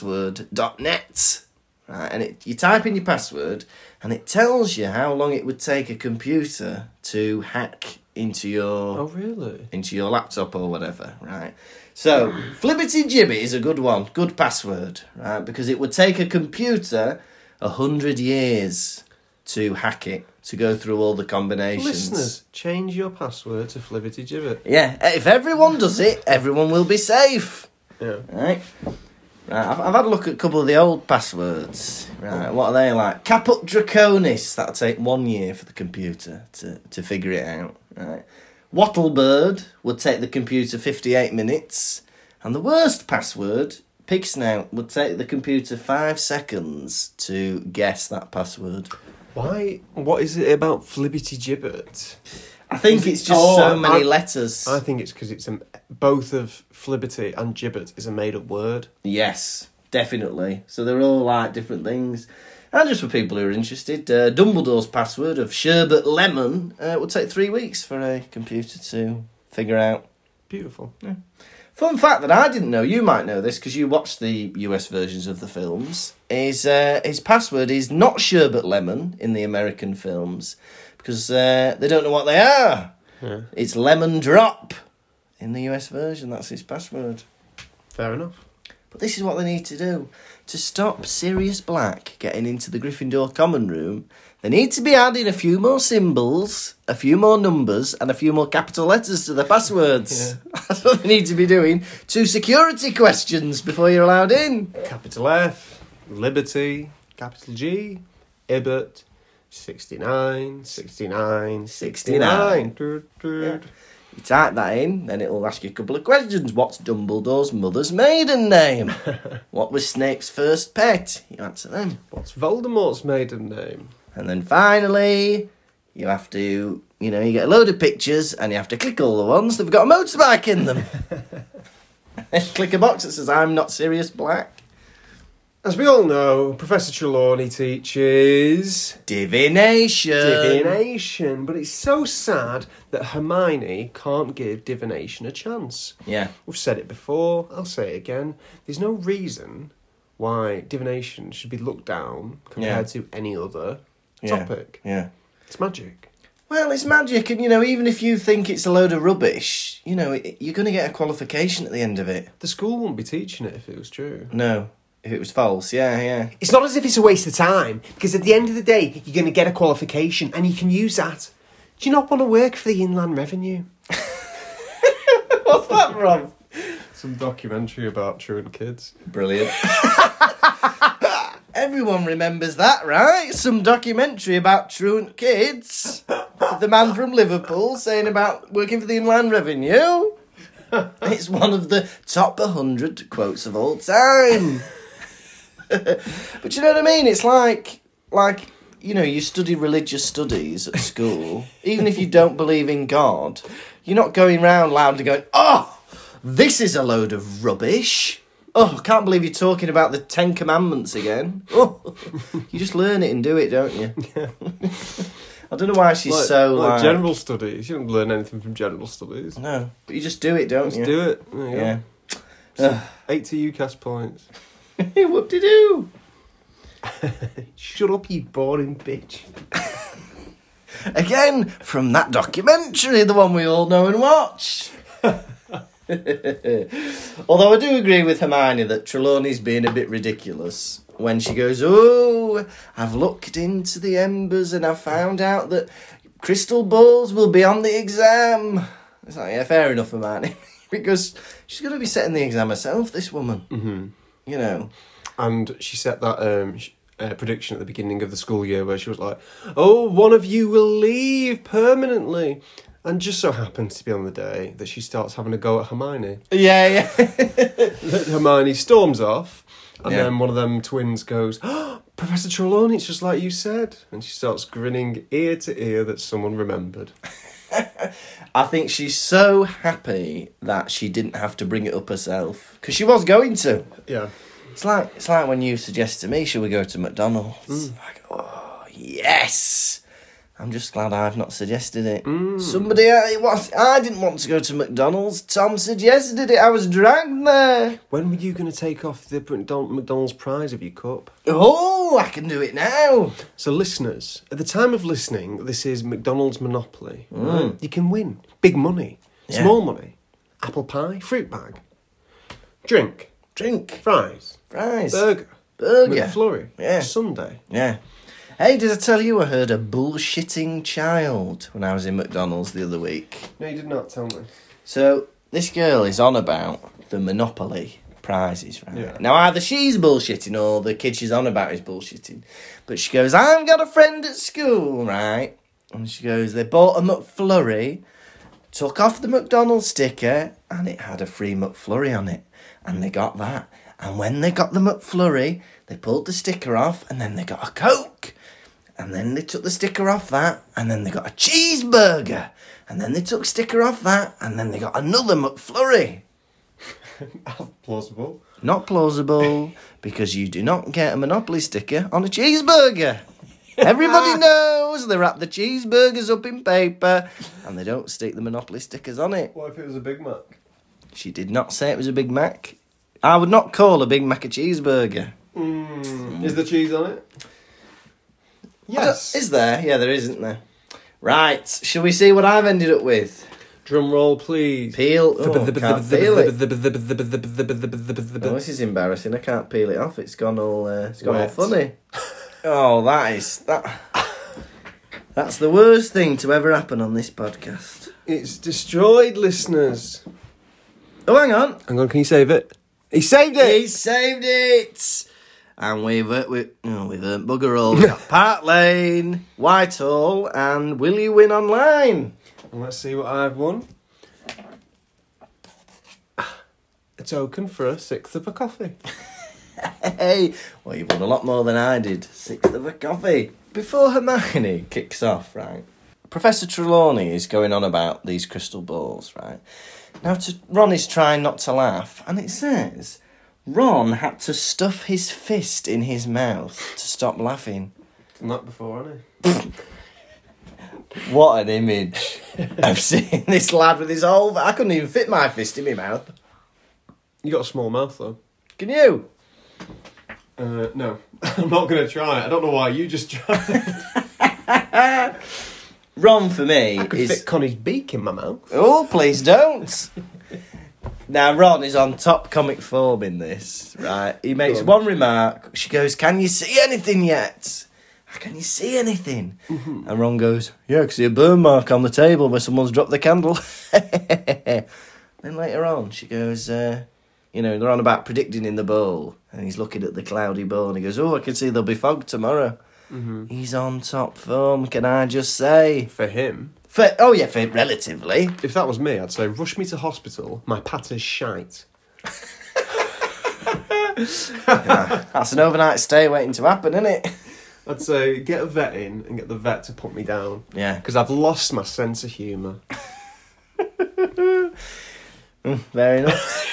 [SPEAKER 3] howsecureismypassword.net, right? And it, you type in your password, and it tells you how long it would take a computer to hack into
[SPEAKER 1] Oh,
[SPEAKER 3] your
[SPEAKER 1] really?
[SPEAKER 3] into your laptop or whatever, right? So, Flibbity Jibby is a good one, good password, right? Because it would take a computer a hundred years to hack it, to go through all the combinations.
[SPEAKER 1] Listeners, change your password to Flippity gibbet.
[SPEAKER 3] Yeah, if everyone does it, everyone will be safe,
[SPEAKER 1] Yeah.
[SPEAKER 3] right? Right, I've, I've had a look at a couple of the old passwords. Right, what are they like? Caput Draconis, that'll take one year for the computer to, to figure it out. Right. Wattlebird would take the computer 58 minutes. And the worst password, Pig Snout, would take the computer five seconds to guess that password.
[SPEAKER 1] Why? What is it about Flibbity gibbet?
[SPEAKER 3] I think it's just
[SPEAKER 1] Oh,
[SPEAKER 3] so many
[SPEAKER 1] I-
[SPEAKER 3] letters.
[SPEAKER 1] I think it's because it's a, both of Flibbity and gibbet is a made up word.
[SPEAKER 3] Yes, definitely. So they're all like different things. And just for people who are interested, uh, Dumbledore's password of sherbet lemon uh, will take three weeks for a computer to figure out.
[SPEAKER 1] Beautiful.
[SPEAKER 3] Fun fact that I didn't know, you might know this because you watched the US versions of the films, is uh, his password is not sherbet lemon in the American films because uh, they don't know what they are.
[SPEAKER 1] Yeah.
[SPEAKER 3] It's lemon drop in the US version, that's his password.
[SPEAKER 1] Fair enough.
[SPEAKER 3] But this is what they need to do. To stop Sirius Black getting into the Gryffindor common room, they need to be adding a few more symbols, a few more numbers, and a few more capital letters to the passwords. That's what they need to be doing. Two security questions before you're allowed in.
[SPEAKER 1] Capital F, Liberty, capital G, Ibbot, 69, 69, 69. Doot, doot.
[SPEAKER 3] You type that in, then it'll ask you a couple of questions. What's Dumbledore's mother's maiden name? what was Snape's first pet? You answer them.
[SPEAKER 1] What's Voldemort's maiden name?
[SPEAKER 3] And then finally, you have to, you know, you get a load of pictures and you have to click all the ones that've got a motorbike in them. click a box that says, I'm not serious black.
[SPEAKER 1] As we all know, Professor Trelawney teaches
[SPEAKER 3] Divination.
[SPEAKER 1] divination, but it's so sad that Hermione can't give divination a chance.
[SPEAKER 3] Yeah.
[SPEAKER 1] We've said it before, I'll say it again. There's no reason why divination should be looked down compared to any other
[SPEAKER 3] Yeah.
[SPEAKER 1] topic.
[SPEAKER 3] Yeah.
[SPEAKER 1] It's magic.
[SPEAKER 3] Well, it's magic, and you know, even if you think it's a load of rubbish, you know, it, you're going to get a qualification at the end of it.
[SPEAKER 1] The school wouldn't be teaching it if it was true.
[SPEAKER 3] No, if it was false, yeah, yeah.
[SPEAKER 4] It's not as if it's a waste of time, because at the end of the day, you're going to get a qualification and you can use that. Do you not want to work for the Inland Revenue?
[SPEAKER 3] What's that from?
[SPEAKER 1] Some documentary about truant kids.
[SPEAKER 3] Brilliant. Everyone remembers that, right? Some documentary about truant kids. the man from Liverpool saying about working for the Inland Revenue. It's one of the top 100 quotes of all time. but you know what I mean? It's like, like, you know, you study religious studies at school, even if you don't believe in God, you're not going round loudly going, oh, this is a load of rubbish. Oh, I can't believe you're talking about the Ten Commandments again. Oh, you just learn it and do it, don't you? I don't know why she's so like,
[SPEAKER 1] general studies. You don't learn anything from general studies.
[SPEAKER 3] No, but you just do it, don't
[SPEAKER 1] Just
[SPEAKER 3] you?
[SPEAKER 1] do it. There you go.
[SPEAKER 3] Yeah.
[SPEAKER 1] Eighty UCAS points.
[SPEAKER 3] Whoop de doo.
[SPEAKER 4] Shut up, you boring bitch.
[SPEAKER 3] Again, from that documentary, the one we all know and watch. Although I do agree with Hermione that Trelawney's being a bit ridiculous. when she goes, Oh, I've looked into the embers and I've found out that crystal balls will be on the exam. It's like, yeah, fair enough, Hermione. because she's going to be setting the exam herself, this woman. Mm-hmm. You know.
[SPEAKER 1] And she set that um, sh- uh, prediction at the beginning of the school year where she was like, "Oh, one of you will leave permanently," and just so happens to be on the day that she starts having a go at Hermione.
[SPEAKER 3] Yeah, yeah.
[SPEAKER 1] Hermione storms off, and
[SPEAKER 3] Yeah.
[SPEAKER 1] then one of them twins goes, oh, "Professor Trelawney, it's just like you said," and she starts grinning ear to ear that someone remembered.
[SPEAKER 3] I think she's so happy that she didn't have to bring it up herself. Because she was going to.
[SPEAKER 1] Yeah,
[SPEAKER 3] It's like it's like when you suggest to me, should we go to McDonald's? Like, oh yes. I'm just glad I've not suggested it. Somebody, I, was, I didn't want to go to McDonald's. Tom suggested it. I was dragged there.
[SPEAKER 1] when were you going to take off the McDon- McDonald's prize of your cup?
[SPEAKER 3] Oh, I can do it now.
[SPEAKER 1] So, listeners, at the time of listening, this is McDonald's Monopoly. Right? You can win big money,
[SPEAKER 3] Yeah.
[SPEAKER 1] small money, apple pie, fruit bag, drink,
[SPEAKER 3] Drink
[SPEAKER 1] fries,
[SPEAKER 3] fries.
[SPEAKER 1] burger,
[SPEAKER 3] Burger.
[SPEAKER 1] McFlurry,
[SPEAKER 3] Yeah.
[SPEAKER 1] Sunday.
[SPEAKER 3] Yeah. Hey, did I tell you I heard a bullshitting child when I was in McDonald's the other week?
[SPEAKER 1] No, you did not tell me.
[SPEAKER 3] So this girl is on about the Monopoly prizes, right?
[SPEAKER 1] Yeah.
[SPEAKER 3] Now either she's bullshitting or the kid she's on about is bullshitting. But she goes, I've got a friend at school, right? And she goes, they bought a McFlurry, took off the McDonald's sticker, and it had a free McFlurry on it. And they got that. And when they got the McFlurry, they pulled the sticker off and then they got a Coke. And then they took the sticker off that, and then they got a cheeseburger. And then they took sticker off that, and then they got another McFlurry.
[SPEAKER 1] Plausible.
[SPEAKER 3] Not plausible, because you do not get a Monopoly sticker on a cheeseburger. Everybody knows they wrap the cheeseburgers up in paper and they don't stick the Monopoly stickers on it.
[SPEAKER 1] What if it was a Big Mac?
[SPEAKER 3] She did not say it was a Big Mac. I would not call a Big Mac a cheeseburger.
[SPEAKER 1] Is the cheese on it? Yes.
[SPEAKER 3] Is there? Yeah, there isn't there. Right, shall we see what I've ended up with?
[SPEAKER 1] Drum roll, please.
[SPEAKER 3] Peel. Oh, can't peel it. Oh,
[SPEAKER 1] What
[SPEAKER 3] this is embarrassing. I can't peel it off. It's gone all. Uh, it's gone
[SPEAKER 1] Wet.
[SPEAKER 3] all funny. oh, that is that. That's the worst thing to ever happen on this podcast.
[SPEAKER 1] It's destroyed, listeners.
[SPEAKER 3] Oh, hang on.
[SPEAKER 1] Hang on, can you save it? He saved it.
[SPEAKER 3] He saved it. And we've uh, we no, we've earned bugger all. We've got Park Lane, Whitehall, and Will You Win Online?
[SPEAKER 1] And Let's see what I've won. A token for a sixth of a coffee.
[SPEAKER 3] Hey, well, you've won a lot more than I did. Sixth of a coffee. Before Hermione kicks off, right? Professor Trelawney is going on about these crystal balls, right? Now, to, Ron is trying not to laugh, and it says Ron had to stuff his fist in his mouth to stop laughing.
[SPEAKER 1] Done that before, hasn't he?
[SPEAKER 3] What an image of seeing this lad with his whole. I couldn't even fit my fist in my mouth.
[SPEAKER 1] You got a small mouth though.
[SPEAKER 3] Can you?
[SPEAKER 1] Uh, no, I'm not gonna try. I don't know why you just tried.
[SPEAKER 3] Ron, for me,
[SPEAKER 1] I could
[SPEAKER 3] is.
[SPEAKER 1] fit Connie's beak in my mouth.
[SPEAKER 3] Oh, please don't. now, Ron is on top comic form in this, right? He makes
[SPEAKER 1] Go on.
[SPEAKER 3] one remark. She goes, Can you see anything yet? "Ah, Can you see anything?
[SPEAKER 1] Mm-hmm.
[SPEAKER 3] And Ron goes, Yeah, I can see a burn mark on the table where someone's dropped the candle. then later on, she goes, uh, You know, they're on about predicting in the bowl. And he's looking at the cloudy bowl and he goes, Oh, I can see there'll be fog tomorrow.
[SPEAKER 1] Mm-hmm.
[SPEAKER 3] He's on top form, can I just say?
[SPEAKER 1] For him,
[SPEAKER 3] For, oh, yeah, for relatively.
[SPEAKER 1] if that was me, I'd say rush me to hospital. My pat is shite.
[SPEAKER 3] That's an overnight stay waiting to happen, isn't it?
[SPEAKER 1] I'd say get a vet in and get the vet to put me down.
[SPEAKER 3] Yeah.
[SPEAKER 1] Because I've lost my sense of humour.
[SPEAKER 3] Fair enough.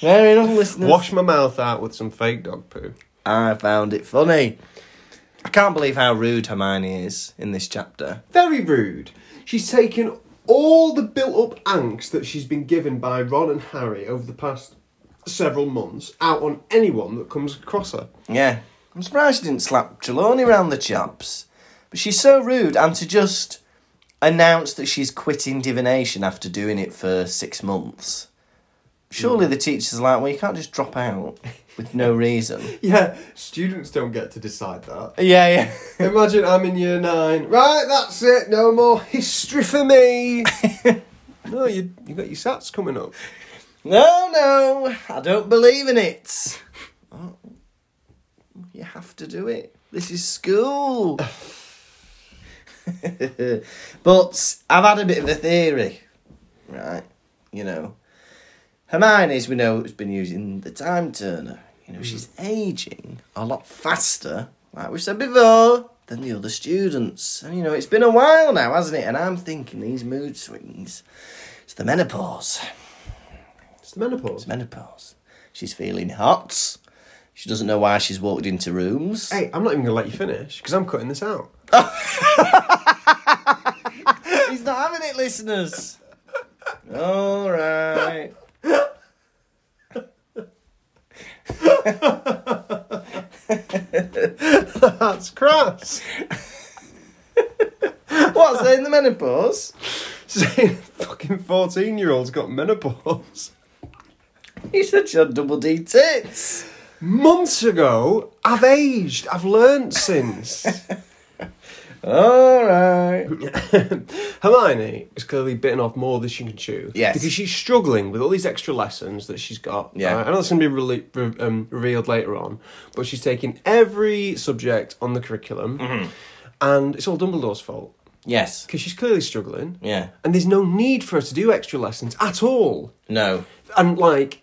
[SPEAKER 3] Fair enough, listeners.
[SPEAKER 1] Wash my mouth out with some fake dog poo.
[SPEAKER 3] I found it funny. I can't believe how rude Hermione is in this chapter.
[SPEAKER 1] very rude. She's taken all the built up angst that she's been given by Ron and Harry over the past several months out on anyone that comes across her.
[SPEAKER 3] Yeah. I'm surprised she didn't slap Trelawney round the chops. But she's so rude, and to just announce that she's quitting divination after doing it for six months. Surely the teacher's are like, well, you can't just drop out with no reason.
[SPEAKER 1] Yeah, students don't get to decide that.
[SPEAKER 3] yeah, yeah.
[SPEAKER 1] Imagine I'm in year nine. Right, that's it. No more history for me. no, you you got your Sats coming up.
[SPEAKER 3] No, no, I don't believe in it. Oh, you have to do it. This is school. but I've had a bit of a theory, right? You know, Hermione's, we know, has been using the time turner. You know, she's aging a lot faster, like we said before, than the other students. And, you know, it's been a while now, hasn't it? And I'm thinking these mood swings, it's the menopause.
[SPEAKER 1] It's the menopause.
[SPEAKER 3] It's menopause. She's feeling hot. She doesn't know why she's walked into rooms.
[SPEAKER 1] Hey, I'm not even gonna let you finish because I'm cutting this out.
[SPEAKER 3] He's not having it, listeners. All right.
[SPEAKER 1] That's crass.
[SPEAKER 3] What's in the menopause?
[SPEAKER 1] Saying fucking fourteen year olds got menopause.
[SPEAKER 3] You said she had double D tits.
[SPEAKER 1] Months ago, I've aged. I've learnt since.
[SPEAKER 3] All right.
[SPEAKER 1] Hermione is clearly bitten off more than she can chew.
[SPEAKER 3] Yes.
[SPEAKER 1] Because she's struggling with all these extra lessons that she's got.
[SPEAKER 3] Yeah.
[SPEAKER 1] right? I know that's going to be rele- re- um, revealed later on, but she's taking every subject on the curriculum, and it's all Dumbledore's fault
[SPEAKER 3] Yes.
[SPEAKER 1] because she's clearly struggling.
[SPEAKER 3] Yeah.
[SPEAKER 1] And there's no need for her to do extra lessons at all.
[SPEAKER 3] No.
[SPEAKER 1] And like,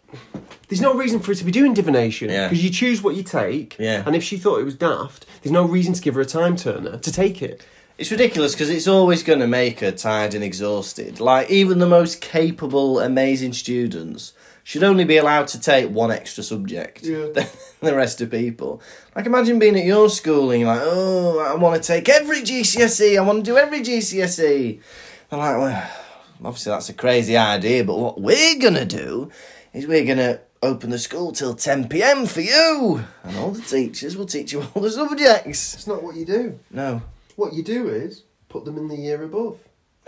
[SPEAKER 1] there's no reason for her to be doing divination
[SPEAKER 3] Yeah.
[SPEAKER 1] because you choose what you take.
[SPEAKER 3] Yeah.
[SPEAKER 1] And if she thought it was daft, there's no reason to give her a time turner to take it.
[SPEAKER 3] It's ridiculous because it's always going to make her tired and exhausted. Like, even the most capable, amazing students should only be allowed to take one extra subject
[SPEAKER 1] Yeah.
[SPEAKER 3] than the rest of people. Like, imagine being at your school and you're like, oh, I want to take every GCSE, E, I want to do every GCSE. I'm E." like, well, obviously that's a crazy idea, but what we're going to do is we're going to open the school till 10 pm for you, and all the teachers will teach you all the subjects.
[SPEAKER 1] It's not what you do.
[SPEAKER 3] No.
[SPEAKER 1] What you do is put them in the year above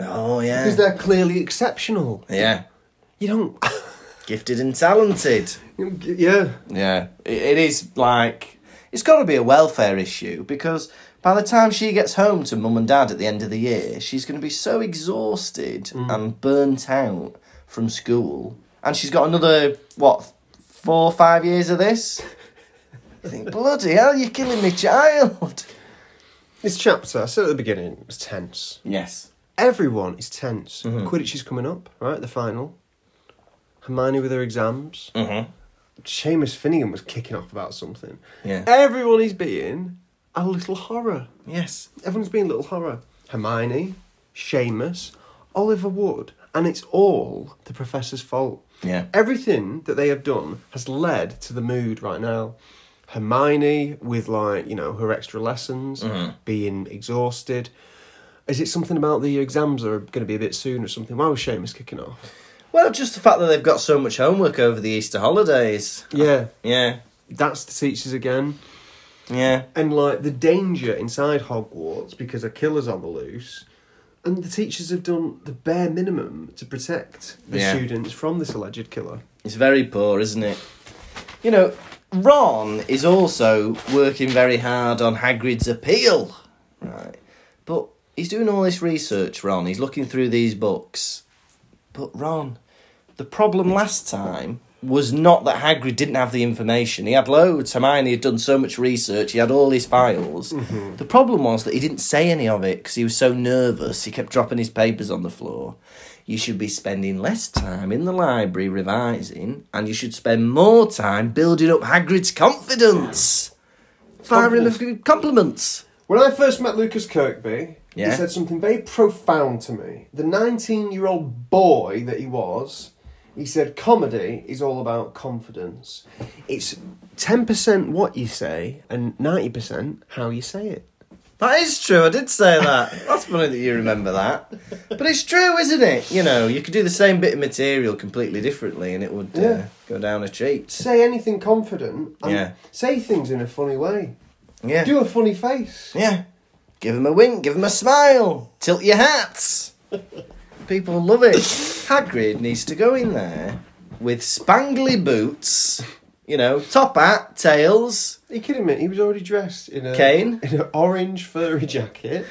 [SPEAKER 3] Oh, yeah.
[SPEAKER 1] because they're clearly exceptional.
[SPEAKER 3] Yeah.
[SPEAKER 1] You don't.
[SPEAKER 3] Gifted and talented.
[SPEAKER 1] you don't- yeah.
[SPEAKER 3] Yeah. It, it is like. It's got to be a welfare issue because by the time she gets home to mum and dad at the end of the year, she's going to be so exhausted and burnt out from school. And she's got another, what, four or five years of this? You think, bloody hell, you're killing me, child.
[SPEAKER 1] This chapter, I said at the beginning, was tense.
[SPEAKER 3] Yes.
[SPEAKER 1] Everyone is tense.
[SPEAKER 3] Mm-hmm.
[SPEAKER 1] Quidditch is coming up, right? The final. Hermione with her exams.
[SPEAKER 3] Mm-hmm.
[SPEAKER 1] Seamus Finnegan was kicking off about something.
[SPEAKER 3] Yeah.
[SPEAKER 1] Everyone is being a little horror.
[SPEAKER 3] Yes.
[SPEAKER 1] Everyone's being a little horror. Hermione, Seamus, Oliver Wood, and it's all the professor's fault.
[SPEAKER 3] Yeah.
[SPEAKER 1] Everything that they have done has led to the mood right now. Hermione with like, you know, her extra lessons, being exhausted. Is it something about the exams are going to be a bit soon or something? Why was Seamus kicking off?
[SPEAKER 3] Well, just the fact that they've got so much homework over the Easter holidays.
[SPEAKER 1] Yeah,
[SPEAKER 3] Yeah.
[SPEAKER 1] that's the teachers again.
[SPEAKER 3] Yeah.
[SPEAKER 1] and like the danger inside Hogwarts because a killer's on the loose, and the teachers have done the bare minimum to protect the
[SPEAKER 3] Yeah.
[SPEAKER 1] students from this alleged killer.
[SPEAKER 3] It's very poor, isn't it? You know, Ron is also working very hard on Hagrid's appeal. Right. But he's doing all this research, Ron. He's looking through these books. But Ron, the problem last time was not that Hagrid didn't have the information. He had loads. Hermione had done so much research. He had all his files. The problem was that he didn't say any of it because he was so nervous. He kept dropping his papers on the floor. You should be spending less time in the library revising, and you should spend more time building up Hagrid's confidence. Firing of compliments.
[SPEAKER 1] When I first met Lucas Kirkby, he
[SPEAKER 3] Yeah.
[SPEAKER 1] said something very profound to me. The 19 year old boy that he was, he said, comedy is all about confidence. It's 10% what you say and 90% how you say it.
[SPEAKER 3] That is true. I did say that. That's funny that you remember that. But it's true, isn't it? You know, you could do the same bit of material completely differently, and it would uh,
[SPEAKER 1] Yeah.
[SPEAKER 3] go down a treat.
[SPEAKER 1] Say anything confident and
[SPEAKER 3] Yeah.
[SPEAKER 1] say things in a funny way.
[SPEAKER 3] Yeah.
[SPEAKER 1] Do a funny face.
[SPEAKER 3] Yeah. Give him a wink. Give him a smile. Tilt your hats. People love it. Hagrid needs to go in there with spangly boots, you know, top hat, tails,
[SPEAKER 1] Are you kidding me? He was already dressed in a
[SPEAKER 3] Kane?
[SPEAKER 1] in an orange furry jacket,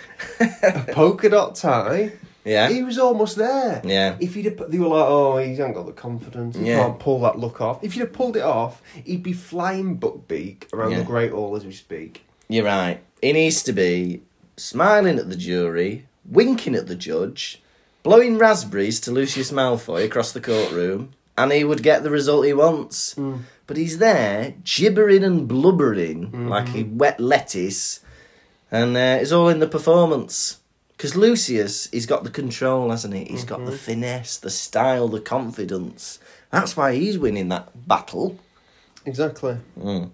[SPEAKER 1] a polka dot tie.
[SPEAKER 3] Yeah.
[SPEAKER 1] he was almost there.
[SPEAKER 3] Yeah.
[SPEAKER 1] if he'd have, put- they were like, oh, he hasn't got the confidence. He
[SPEAKER 3] Yeah.
[SPEAKER 1] can't pull that look off. If you'd have pulled it off, he'd be flying buckbeak around
[SPEAKER 3] Yeah.
[SPEAKER 1] the Great Hall as we speak.
[SPEAKER 3] You're right. He needs to be smiling at the jury, winking at the judge, blowing raspberries to Lucius Malfoy across the courtroom, and he would get the result he wants. But he's there, gibbering and blubbering like a wet lettuce, and uh, it's all in the performance. Because Lucius, he's got the control, hasn't he? He's got the finesse, the style, the confidence. That's why he's winning that battle.
[SPEAKER 1] Exactly.
[SPEAKER 3] Mm.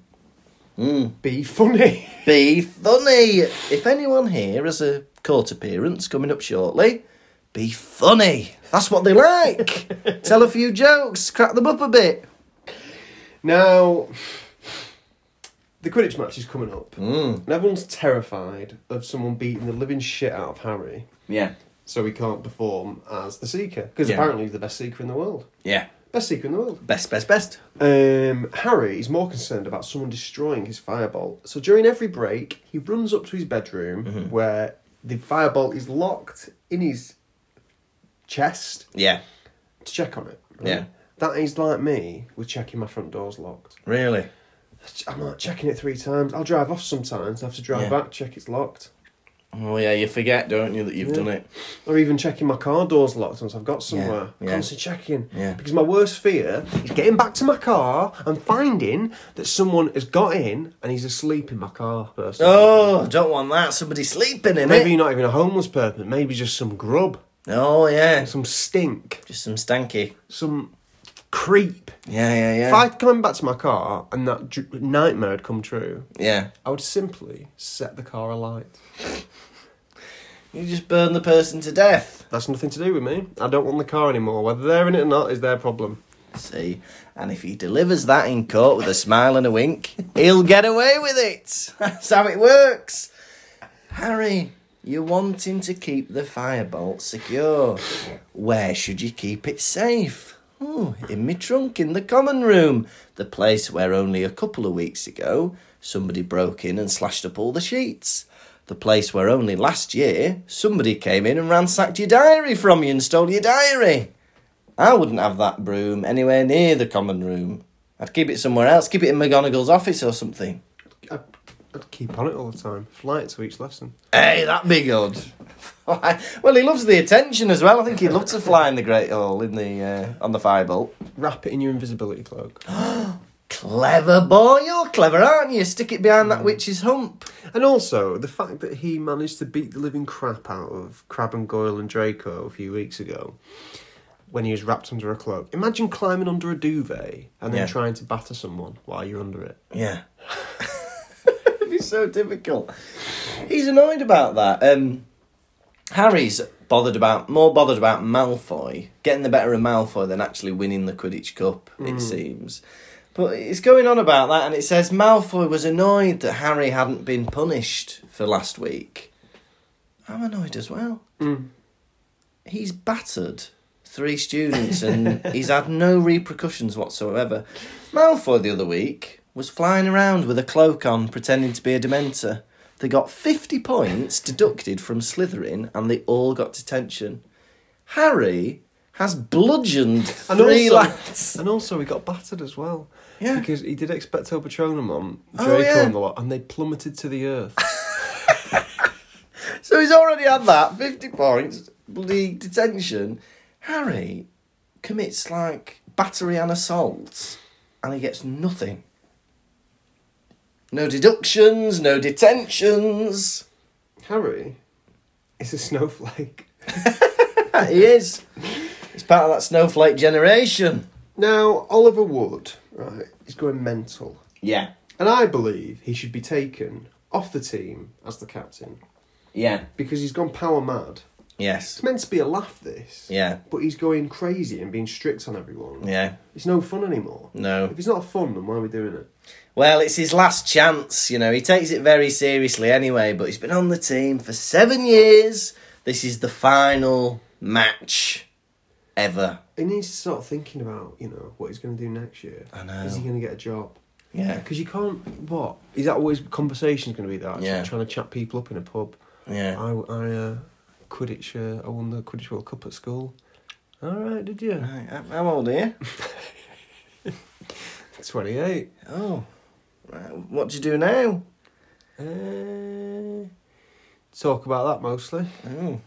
[SPEAKER 1] Be funny.
[SPEAKER 3] Be funny. If anyone here has a court appearance coming up shortly, be funny. That's what they like. Tell a few jokes, crack them up a bit.
[SPEAKER 1] Now, the Quidditch match is coming up,
[SPEAKER 3] Mm.
[SPEAKER 1] and everyone's terrified of someone beating the living shit out of Harry,
[SPEAKER 3] Yeah.
[SPEAKER 1] so he can't perform as the Seeker because
[SPEAKER 3] Yeah.
[SPEAKER 1] apparently he's the best Seeker in the world,
[SPEAKER 3] Yeah.
[SPEAKER 1] best Seeker in the world.
[SPEAKER 3] Best, best, best.
[SPEAKER 1] Um, Harry is more concerned about someone destroying his firebolt. So during every break, he runs up to his bedroom
[SPEAKER 3] Mm-hmm.
[SPEAKER 1] where the firebolt is locked in his chest
[SPEAKER 3] Yeah.
[SPEAKER 1] to check on it.
[SPEAKER 3] Yeah.
[SPEAKER 1] That is like me with checking my front doors locked.
[SPEAKER 3] Really?
[SPEAKER 1] I'm like checking it three times. I'll drive off sometimes. I have to drive
[SPEAKER 3] Yeah.
[SPEAKER 1] back, check it's locked.
[SPEAKER 3] Oh, yeah, you forget, don't you, that you've done it?
[SPEAKER 1] Or even checking my car doors locked once I've got somewhere.
[SPEAKER 3] yeah.
[SPEAKER 1] Constantly checking.
[SPEAKER 3] Yeah.
[SPEAKER 1] Because my worst fear is getting back to my car and finding that someone has got in and he's asleep in my car. First of all.
[SPEAKER 3] Oh, don't want that. Somebody's sleeping in
[SPEAKER 1] Maybe
[SPEAKER 3] it.
[SPEAKER 1] not even a homeless person. Maybe just some grub,
[SPEAKER 3] Oh, yeah.
[SPEAKER 1] some stink,
[SPEAKER 3] Just some stanky.
[SPEAKER 1] some creep.
[SPEAKER 3] Yeah, yeah, yeah.
[SPEAKER 1] If I'd come back to my car and that dr- nightmare had come true,
[SPEAKER 3] Yeah.
[SPEAKER 1] I would simply set the car alight.
[SPEAKER 3] You just burn the person to death.
[SPEAKER 1] That's nothing to do with me. I don't want the car anymore. Whether they're in it or not is their problem.
[SPEAKER 3] See, and if he delivers that in court with a smile and a wink, he'll get away with it. That's how it works. Harry, you're wanting to keep the firebolt secure. Where should you keep it safe? Oh, in my trunk in the common room, the place where only a couple of weeks ago somebody broke in and slashed up all the sheets. The place where only last year somebody came in and ransacked your diary from you and stole your diary. I wouldn't have that broom anywhere near the common room. I'd keep it somewhere else. Keep it in McGonagall's office or something.
[SPEAKER 1] I'd, I'd keep on it all the time. Fly it to each lesson.
[SPEAKER 3] Hey, that'd be good. well, he loves the attention as well. I think he'd love to fly in the Great Hall in the uh, on the firebolt.
[SPEAKER 1] Wrap it in your invisibility cloak.
[SPEAKER 3] Clever boy, you're clever, aren't you? Stick it behind that witch's hump.
[SPEAKER 1] and also, the fact that he managed to beat the living crap out of Crab and Goyle and Draco a few weeks ago when he was wrapped under a cloak. Imagine climbing under a duvet and then
[SPEAKER 3] Yeah.
[SPEAKER 1] trying to batter someone while you're under it.
[SPEAKER 3] Yeah. It'd be so difficult. He's annoyed about that. Um, Harry's bothered about more bothered about Malfoy getting the better of Malfoy than actually winning the Quidditch Cup. It seems. But it's going on about that, and it says Malfoy was annoyed that Harry hadn't been punished for last week. I'm annoyed as well.
[SPEAKER 1] Mm.
[SPEAKER 3] He's battered three students and he's had no repercussions whatsoever. Malfoy the other week was flying around with a cloak on, pretending to be a Dementor. They got 50 points deducted from Slytherin and they all got detention. Harry has bludgeoned
[SPEAKER 1] And
[SPEAKER 3] three
[SPEAKER 1] also,
[SPEAKER 3] lads.
[SPEAKER 1] and also, he got battered as well.
[SPEAKER 3] Yeah.
[SPEAKER 1] Because he did Expecto Patronum on
[SPEAKER 3] Oh,
[SPEAKER 1] Draco
[SPEAKER 3] yeah.
[SPEAKER 1] and the lot, and they plummeted to the earth.
[SPEAKER 3] So he's already had that 50 points, bloody detention. Harry commits like battery and assault, and he gets nothing. No deductions, no detentions.
[SPEAKER 1] Harry is a snowflake.
[SPEAKER 3] he is. He's part of that snowflake generation.
[SPEAKER 1] Now, Oliver Wood, right, is going mental.
[SPEAKER 3] Yeah,
[SPEAKER 1] And I believe he should be taken off the team as the captain
[SPEAKER 3] yeah,
[SPEAKER 1] because he's gone power mad.
[SPEAKER 3] yes,
[SPEAKER 1] It's meant to be a laugh, this.
[SPEAKER 3] Yeah.
[SPEAKER 1] But he's going crazy and being strict on everyone.
[SPEAKER 3] yeah.
[SPEAKER 1] It's no fun anymore.
[SPEAKER 3] No.
[SPEAKER 1] If it's not fun, then why are we doing it?
[SPEAKER 3] Well, it's his last chance, you know. He takes it very seriously anyway, but he's been on the team for seven years. This is the final match. ever.
[SPEAKER 1] He needs to start thinking about, you know, what he's going to do next year.
[SPEAKER 3] I know.
[SPEAKER 1] Is he going to get a job?
[SPEAKER 3] Yeah.
[SPEAKER 1] Because you can't. What is that? What his conversation's going to be? That
[SPEAKER 3] Yeah.
[SPEAKER 1] Trying to chat people up in a pub.
[SPEAKER 3] Yeah.
[SPEAKER 1] I, I uh, Quidditch. Uh, I won the Quidditch World Cup at school. All right, did you?
[SPEAKER 3] Right, how- how old are you?
[SPEAKER 1] Twenty-eight.
[SPEAKER 3] Oh, right. What do you do now?
[SPEAKER 1] Uh, talk about that mostly.
[SPEAKER 3] Oh,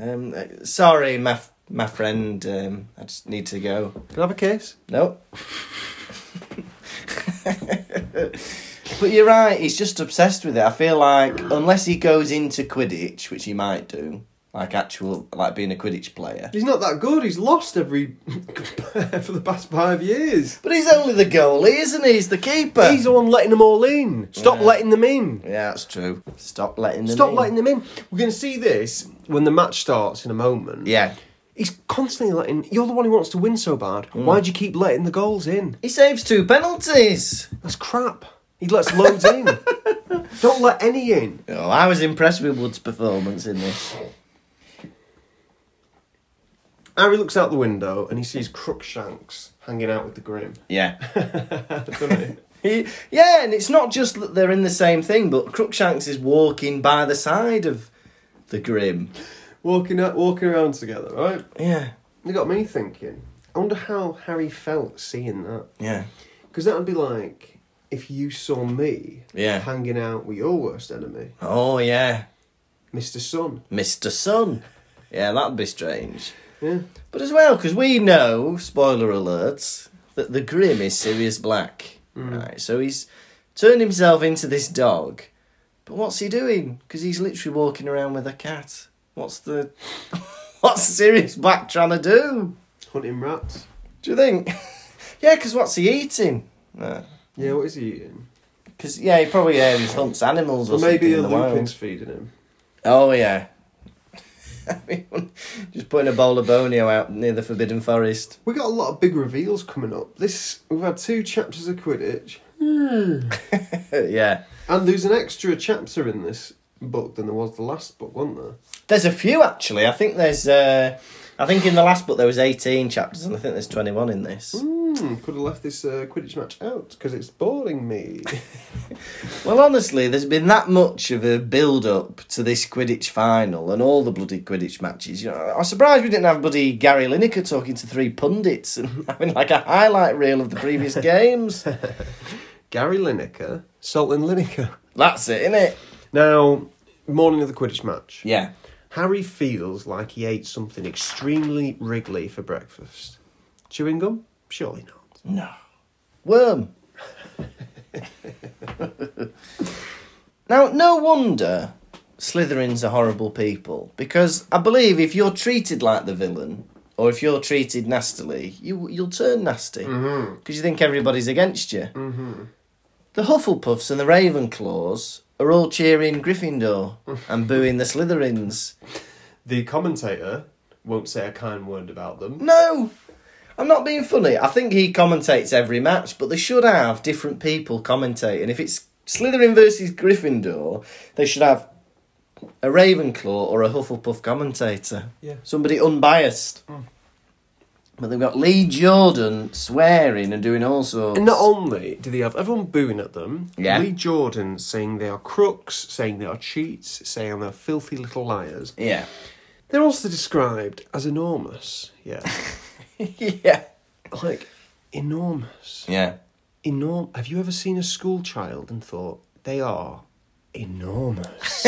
[SPEAKER 3] um, uh, sorry, my f- my friend. Um, I just need to go.
[SPEAKER 1] Can I have a kiss?
[SPEAKER 3] Nope. but you're right, he's just obsessed with it. I feel like unless he goes into Quidditch, which he might do, like actual like being a Quidditch player.
[SPEAKER 1] He's not that good. He's lost every for the past five years.
[SPEAKER 3] But he's only the goalie, isn't he? He's the keeper.
[SPEAKER 1] He's the one letting them all in. Stop
[SPEAKER 3] Yeah.
[SPEAKER 1] letting them in.
[SPEAKER 3] yeah, that's true. Stop letting them
[SPEAKER 1] Stop
[SPEAKER 3] in.
[SPEAKER 1] letting them in. We're going to see this when the match starts in a moment.
[SPEAKER 3] Yeah.
[SPEAKER 1] He's constantly letting. You're the one who wants to win so bad.
[SPEAKER 3] Mm.
[SPEAKER 1] Why do you keep letting the goals in?
[SPEAKER 3] He saves two penalties.
[SPEAKER 1] That's crap. He lets loads in. Don't let any in.
[SPEAKER 3] Oh, I was impressed with Wood's performance in this.
[SPEAKER 1] Harry looks out the window and he sees Crookshanks hanging out with the Grim.
[SPEAKER 3] Yeah.
[SPEAKER 1] Doesn't he?
[SPEAKER 3] He- yeah, and it's not just that they're in the same thing, but Crookshanks is walking by the side of the Grim.
[SPEAKER 1] walking out, walking around together, right?
[SPEAKER 3] Yeah.
[SPEAKER 1] It got me thinking. I wonder how Harry felt seeing that.
[SPEAKER 3] Yeah.
[SPEAKER 1] Because that would be like if you saw me
[SPEAKER 3] Yeah.
[SPEAKER 1] hanging out with your worst enemy,
[SPEAKER 3] Oh yeah,
[SPEAKER 1] Mr. Sun.
[SPEAKER 3] Mr. Sun. Yeah, that'd be strange.
[SPEAKER 1] Yeah.
[SPEAKER 3] But as well, because we know, spoiler alerts, that the Grim is Sirius Black.
[SPEAKER 1] Mm.
[SPEAKER 3] Right, so he's turned himself into this dog. But what's he doing? Because he's literally walking around with a cat. What's the what's Sirius Black trying to do?
[SPEAKER 1] Hunting rats.
[SPEAKER 3] Do you think? yeah, because what's he eating?
[SPEAKER 1] Yeah, what is he eating?
[SPEAKER 3] Because yeah, he probably um, hunts animals or
[SPEAKER 1] Or maybe
[SPEAKER 3] something in
[SPEAKER 1] a
[SPEAKER 3] the wild.
[SPEAKER 1] lupin's feeding him.
[SPEAKER 3] Oh yeah. Everyone just putting a bowl of Bonio out near the Forbidden Forest.
[SPEAKER 1] We got a lot of big reveals coming up. This we've had two chapters of Quidditch,
[SPEAKER 3] yeah.
[SPEAKER 1] and there's an extra chapter in this book than there was the last book, wasn't there?
[SPEAKER 3] There's a few actually. I think there's uh I think in the last book there was 18 chapters and I think there's 21 in this.
[SPEAKER 1] Hmm, could have left this uh, Quidditch match out because it's boring me.
[SPEAKER 3] Well honestly, there's been that much of a build up to this Quidditch final and all the bloody Quidditch matches. You know, I'm surprised we didn't have bloody Gary Lineker talking to three pundits and having like a highlight reel of the previous games.
[SPEAKER 1] Gary Lineker, Salt and Lineker.
[SPEAKER 3] That's it, innit?
[SPEAKER 1] Now, morning of the Quidditch match.
[SPEAKER 3] Yeah.
[SPEAKER 1] Harry feels like he ate something extremely wriggly for breakfast. Chewing gum? Surely not.
[SPEAKER 3] No. Worm. now, no wonder Slytherins are horrible people because I believe if you're treated like the villain or if you're treated nastily, you you'll turn nasty because you think everybody's against you. The Hufflepuffs and the Ravenclaws are all cheering Gryffindor and booing the Slytherins.
[SPEAKER 1] The commentator won't say a kind word about them.
[SPEAKER 3] No, I'm not being funny. I think he commentates every match, but they should have different people commentating. If it's Slytherin versus Gryffindor, they should have a Ravenclaw or a Hufflepuff commentator.
[SPEAKER 1] Yeah.
[SPEAKER 3] Somebody unbiased. But they've got Lee Jordan swearing and doing all sorts.
[SPEAKER 1] And not only do they have everyone booing at them,
[SPEAKER 3] Yeah.
[SPEAKER 1] Lee Jordan saying they are crooks, saying they are cheats, saying they're filthy little liars.
[SPEAKER 3] yeah.
[SPEAKER 1] They're also described as enormous. Yeah.
[SPEAKER 3] yeah.
[SPEAKER 1] like, enormous.
[SPEAKER 3] Yeah.
[SPEAKER 1] Enorm. Have you ever seen a school child and thought, they are enormous?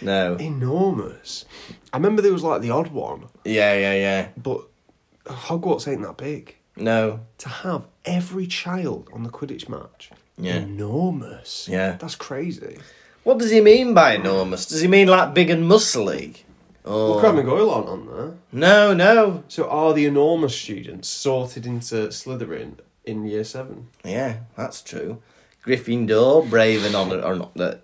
[SPEAKER 3] No.
[SPEAKER 1] enormous. I remember there was like the odd one,
[SPEAKER 3] Yeah, yeah, yeah.
[SPEAKER 1] but Hogwarts ain't that big.
[SPEAKER 3] No.
[SPEAKER 1] To have every child on the Quidditch match,
[SPEAKER 3] Yeah.
[SPEAKER 1] enormous.
[SPEAKER 3] Yeah.
[SPEAKER 1] that's crazy.
[SPEAKER 3] What does he mean by enormous? Does he mean like big and muscly?
[SPEAKER 1] Well, Graham and Goyle aren't on there.
[SPEAKER 3] No, no.
[SPEAKER 1] So are the enormous students sorted into Slytherin in year seven?
[SPEAKER 3] Yeah, that's true. Gryffindor, brave and honor or not that.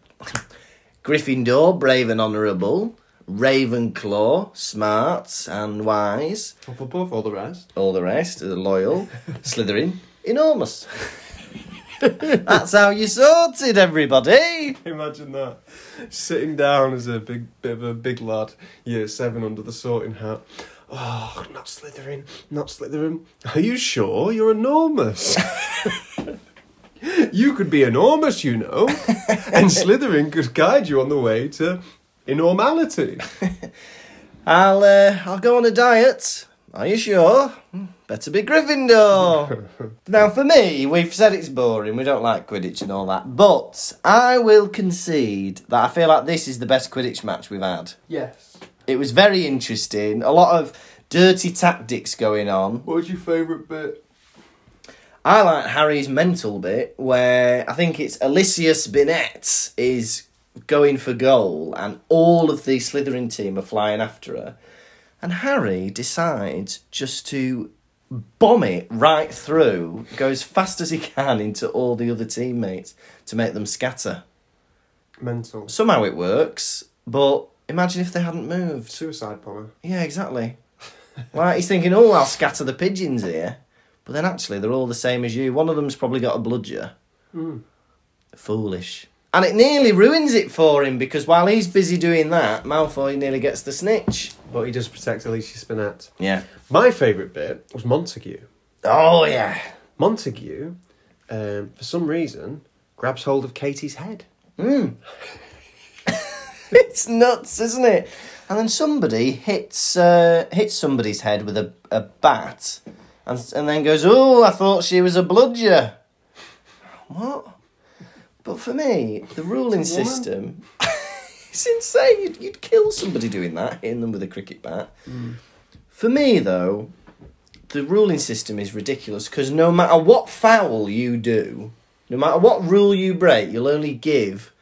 [SPEAKER 3] Gryffindor, brave and honourable. Ravenclaw, smart and wise.
[SPEAKER 1] Hufflepuff, all the rest.
[SPEAKER 3] All the rest, uh, loyal. Slytherin, enormous. that's how you sorted everybody.
[SPEAKER 1] Imagine that. Sitting down as a big bit of a big lad, year seven under the sorting hat. Oh, not Slytherin, not Slytherin. Are you sure? You're enormous. you could be enormous, you know. and Slytherin could guide you on the way to enormality.
[SPEAKER 3] I'll uh, I'll go on a diet. Are you sure? Hmm, Better be Gryffindor. now, for me, we've said it's boring. We don't like Quidditch and all that, but I will concede that I feel like this is the best Quidditch match we've had.
[SPEAKER 1] Yes.
[SPEAKER 3] It was very interesting. A lot of dirty tactics going on.
[SPEAKER 1] What was your favourite bit?
[SPEAKER 3] I like Harry's mental bit where I think it's Alicia Spinett is going for goal and all of the Slytherin team are flying after her. And Harry decides just to bomb it right through, go as fast as he can into all the other teammates to make them scatter.
[SPEAKER 1] Mental.
[SPEAKER 3] Somehow it works, but imagine if they hadn't moved.
[SPEAKER 1] Suicide bomber.
[SPEAKER 3] Yeah, exactly. like he's thinking, oh, I'll scatter the pigeons here, but then actually they're all the same as you. One of them's probably got a bludger. Foolish. And it nearly ruins it for him because while he's busy doing that, Malfoy nearly gets the snitch.
[SPEAKER 1] But he does protect Alicia Spinett.
[SPEAKER 3] Yeah.
[SPEAKER 1] My favourite bit was Montague.
[SPEAKER 3] Oh yeah.
[SPEAKER 1] Montague, um, for some reason, grabs hold of Katie's head.
[SPEAKER 3] It's nuts, isn't it? And then somebody hits uh, hits somebody's head with a, a bat, and and then goes, "Oh, I thought she was a bludger." What? But for me, the ruling
[SPEAKER 1] It's a woman.
[SPEAKER 3] system. it's insane. You'd, you'd kill somebody doing that, hitting them with a cricket bat.
[SPEAKER 1] Mm.
[SPEAKER 3] For me, though, the ruling system is ridiculous because no matter what foul you do, no matter what rule you break, you'll only give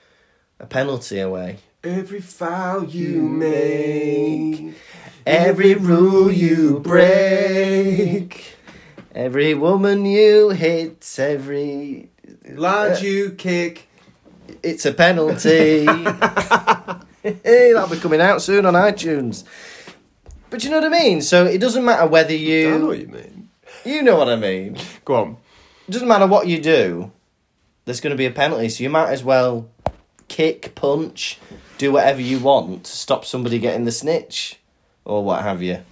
[SPEAKER 3] a penalty away.
[SPEAKER 1] Every foul you make,
[SPEAKER 3] Every rule you break, every woman you hit, every.
[SPEAKER 1] large you kick.
[SPEAKER 3] It's a penalty. hey, that'll be coming out soon on iTunes. But you know what I mean? So it doesn't matter whether you.
[SPEAKER 1] I know what you mean.
[SPEAKER 3] You know what I mean. It
[SPEAKER 1] Go on.
[SPEAKER 3] doesn't matter what you do, there's going to be a penalty, so you might as well kick, punch, do whatever you want to stop somebody getting the snitch or what have you.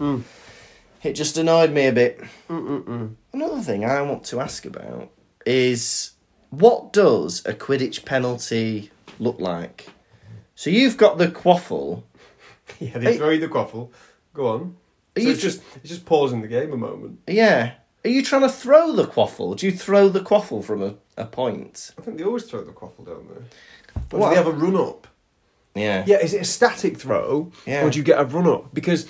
[SPEAKER 3] It just annoyed me a bit. Another thing I want to ask about is what does a Quidditch penalty look like? So you've got the quaffle.
[SPEAKER 1] Yeah, they throw you the quaffle. Go on.
[SPEAKER 3] Are
[SPEAKER 1] so
[SPEAKER 3] you
[SPEAKER 1] it's just it's just pausing the game a moment.
[SPEAKER 3] Yeah. Are you trying to throw the quaffle? Do you throw the quaffle from a, a point?
[SPEAKER 1] I think they always throw the quaffle, don't they? Or
[SPEAKER 3] What?
[SPEAKER 1] do they have a run up?
[SPEAKER 3] Yeah.
[SPEAKER 1] Yeah, is it a static throw
[SPEAKER 3] Yeah.
[SPEAKER 1] or do you get a run up? Because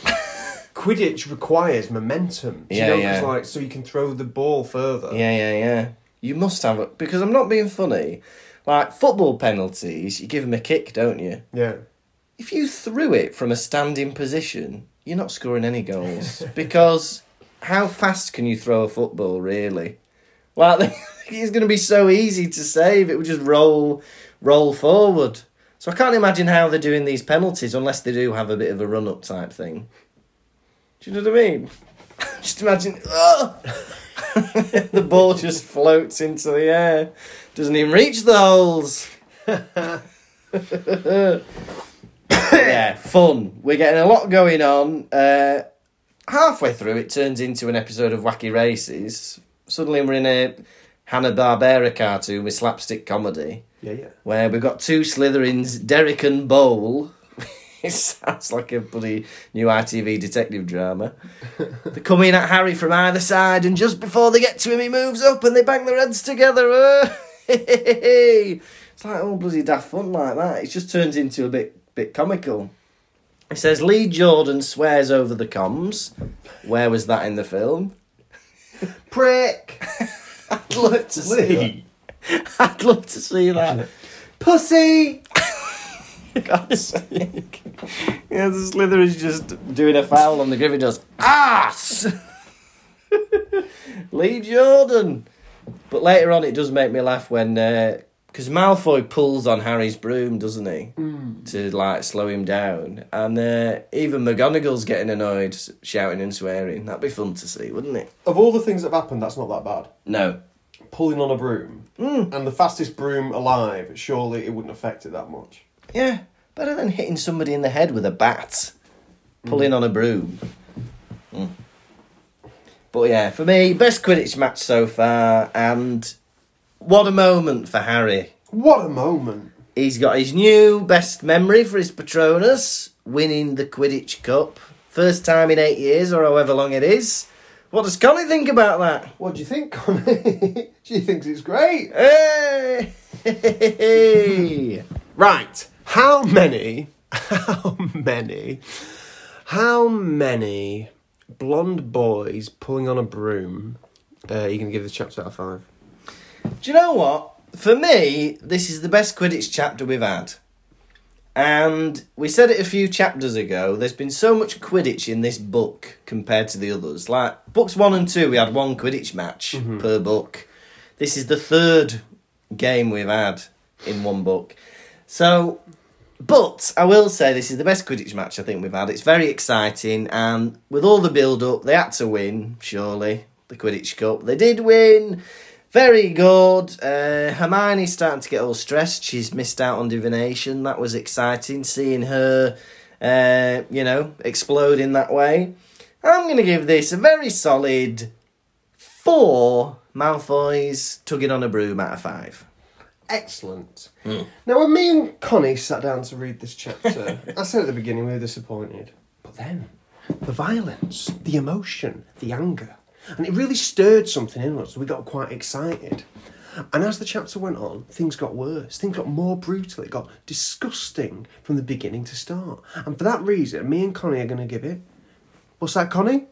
[SPEAKER 1] Quidditch requires momentum. Do you
[SPEAKER 3] Yeah,
[SPEAKER 1] know, 'cause,
[SPEAKER 3] yeah.
[SPEAKER 1] like so you can throw the ball further.
[SPEAKER 3] Yeah, yeah, yeah. You must have it because I'm not being funny. Like football penalties, you give them a kick, don't you?
[SPEAKER 1] Yeah.
[SPEAKER 3] If you threw it from a standing position, you're not scoring any goals because how fast can you throw a football really? Like it's going to be so easy to save. It would just roll, roll forward. So I can't imagine how they're doing these penalties unless they do have a bit of a run up type thing. Do you know what I mean? just imagine ugh! the ball just floats into the air, doesn't even reach the holes. yeah, fun. We're getting a lot going on. Uh, halfway through, it turns into an episode of Wacky Races. Suddenly, we're in a Hanna Barbera cartoon with slapstick comedy,
[SPEAKER 1] Yeah, yeah.
[SPEAKER 3] where we've got two Slytherins, Derek and Bowl. it sounds like a bloody new ITV detective drama. they come in at Harry from either side, and just before they get to him, he moves up and they bang their heads together. Oh, it's like all bloody daft fun like that. It just turns into a bit bit comical. It says Lee Jordan swears over the comms. Where was that in the film? Prick. I'd love to see. That. I'd love to see that. Pussy. God's sake. Yeah, the Slytherin's just doing a foul on the Gryffindor's ass. Lee Jordan. But later on, it does make me laugh when because Malfoy pulls on Harry's broom, doesn't he, to like slow him down, and uh, even McGonagall's getting annoyed, shouting and swearing. That'd be fun to see, wouldn't it?
[SPEAKER 1] Of all the things that have happened, that's not that bad.
[SPEAKER 3] No.
[SPEAKER 1] pulling on a broom
[SPEAKER 3] Hmm.
[SPEAKER 1] and the fastest broom alive, surely it wouldn't affect it that much.
[SPEAKER 3] Yeah, better than hitting somebody in the head with a bat, pulling on a broom. Hmm. But yeah, for me, best Quidditch match so far, and what a moment for Harry.
[SPEAKER 1] What a moment.
[SPEAKER 3] He's got his new best memory for his Patronus, winning the Quidditch Cup. First time in eight years, or however long it is. What does Connie think about that?
[SPEAKER 1] What do you think, Connie? she thinks it's great.
[SPEAKER 3] Hey!
[SPEAKER 1] Right. How many? How many? How many blonde boys pulling on a broom uh, are you going to give this chapter out of five?
[SPEAKER 3] Do you know what? For me, this is the best Quidditch chapter we've had. And we said it a few chapters ago, there's been so much Quidditch in this book compared to the others. Like, books one and two, we had one Quidditch match per book. This is the third game we've had in one book. So, but I will say this is the best Quidditch match I think we've had. It's very exciting, and with all the build up, they had to win, surely, the Quidditch Cup. They did win. Very good. Uh, Hermione's starting to get all stressed. She's missed out on divination. That was exciting, seeing her, uh, you know, explode in that way. I'm going to give this a very solid four Malfoys tugging on a broom out of five.
[SPEAKER 1] Excellent. Now, when me and Connie sat down to read this chapter, I said at the beginning we were disappointed. But then, the violence, the emotion, the anger, and it really stirred something in us. We got quite excited. And as the chapter went on, things got worse. Things got more brutal. It got disgusting from the beginning to start. And for that reason, me and Connie are going to give it. What's that, Connie?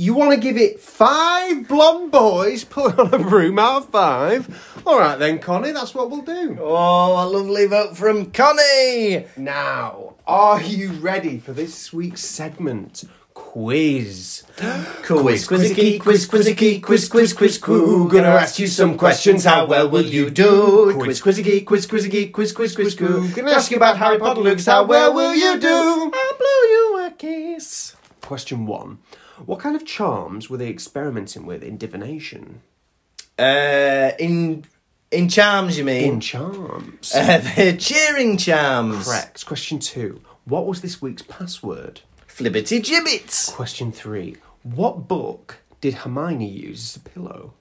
[SPEAKER 1] You want to give it five blonde boys pulling on a broom out of five? All right then, Connie, that's what we'll do.
[SPEAKER 3] Oh, a lovely vote from Connie!
[SPEAKER 1] Now, are you ready for this week's segment? Quiz.
[SPEAKER 3] Quiz, quizzicky, quiz, quizzicky, quiz, quiz, quiz, coo. Gonna ask you some questions. How well will you do? Quiz, quizzicky, quiz, quizzicky, quiz, quiz, quiz, coo. Gonna ask you about Harry Potter looks. How well will you do? I blew you a kiss.
[SPEAKER 1] Question one What kind of charms were they experimenting with in divination?
[SPEAKER 3] Uh, in in charms, you
[SPEAKER 1] In
[SPEAKER 3] mean?
[SPEAKER 1] charms.
[SPEAKER 3] Uh, they're cheering charms.
[SPEAKER 1] Correct. Question two What was this week's password?
[SPEAKER 3] Flibbity gibbets.
[SPEAKER 1] Question three What book did Hermione use as a pillow?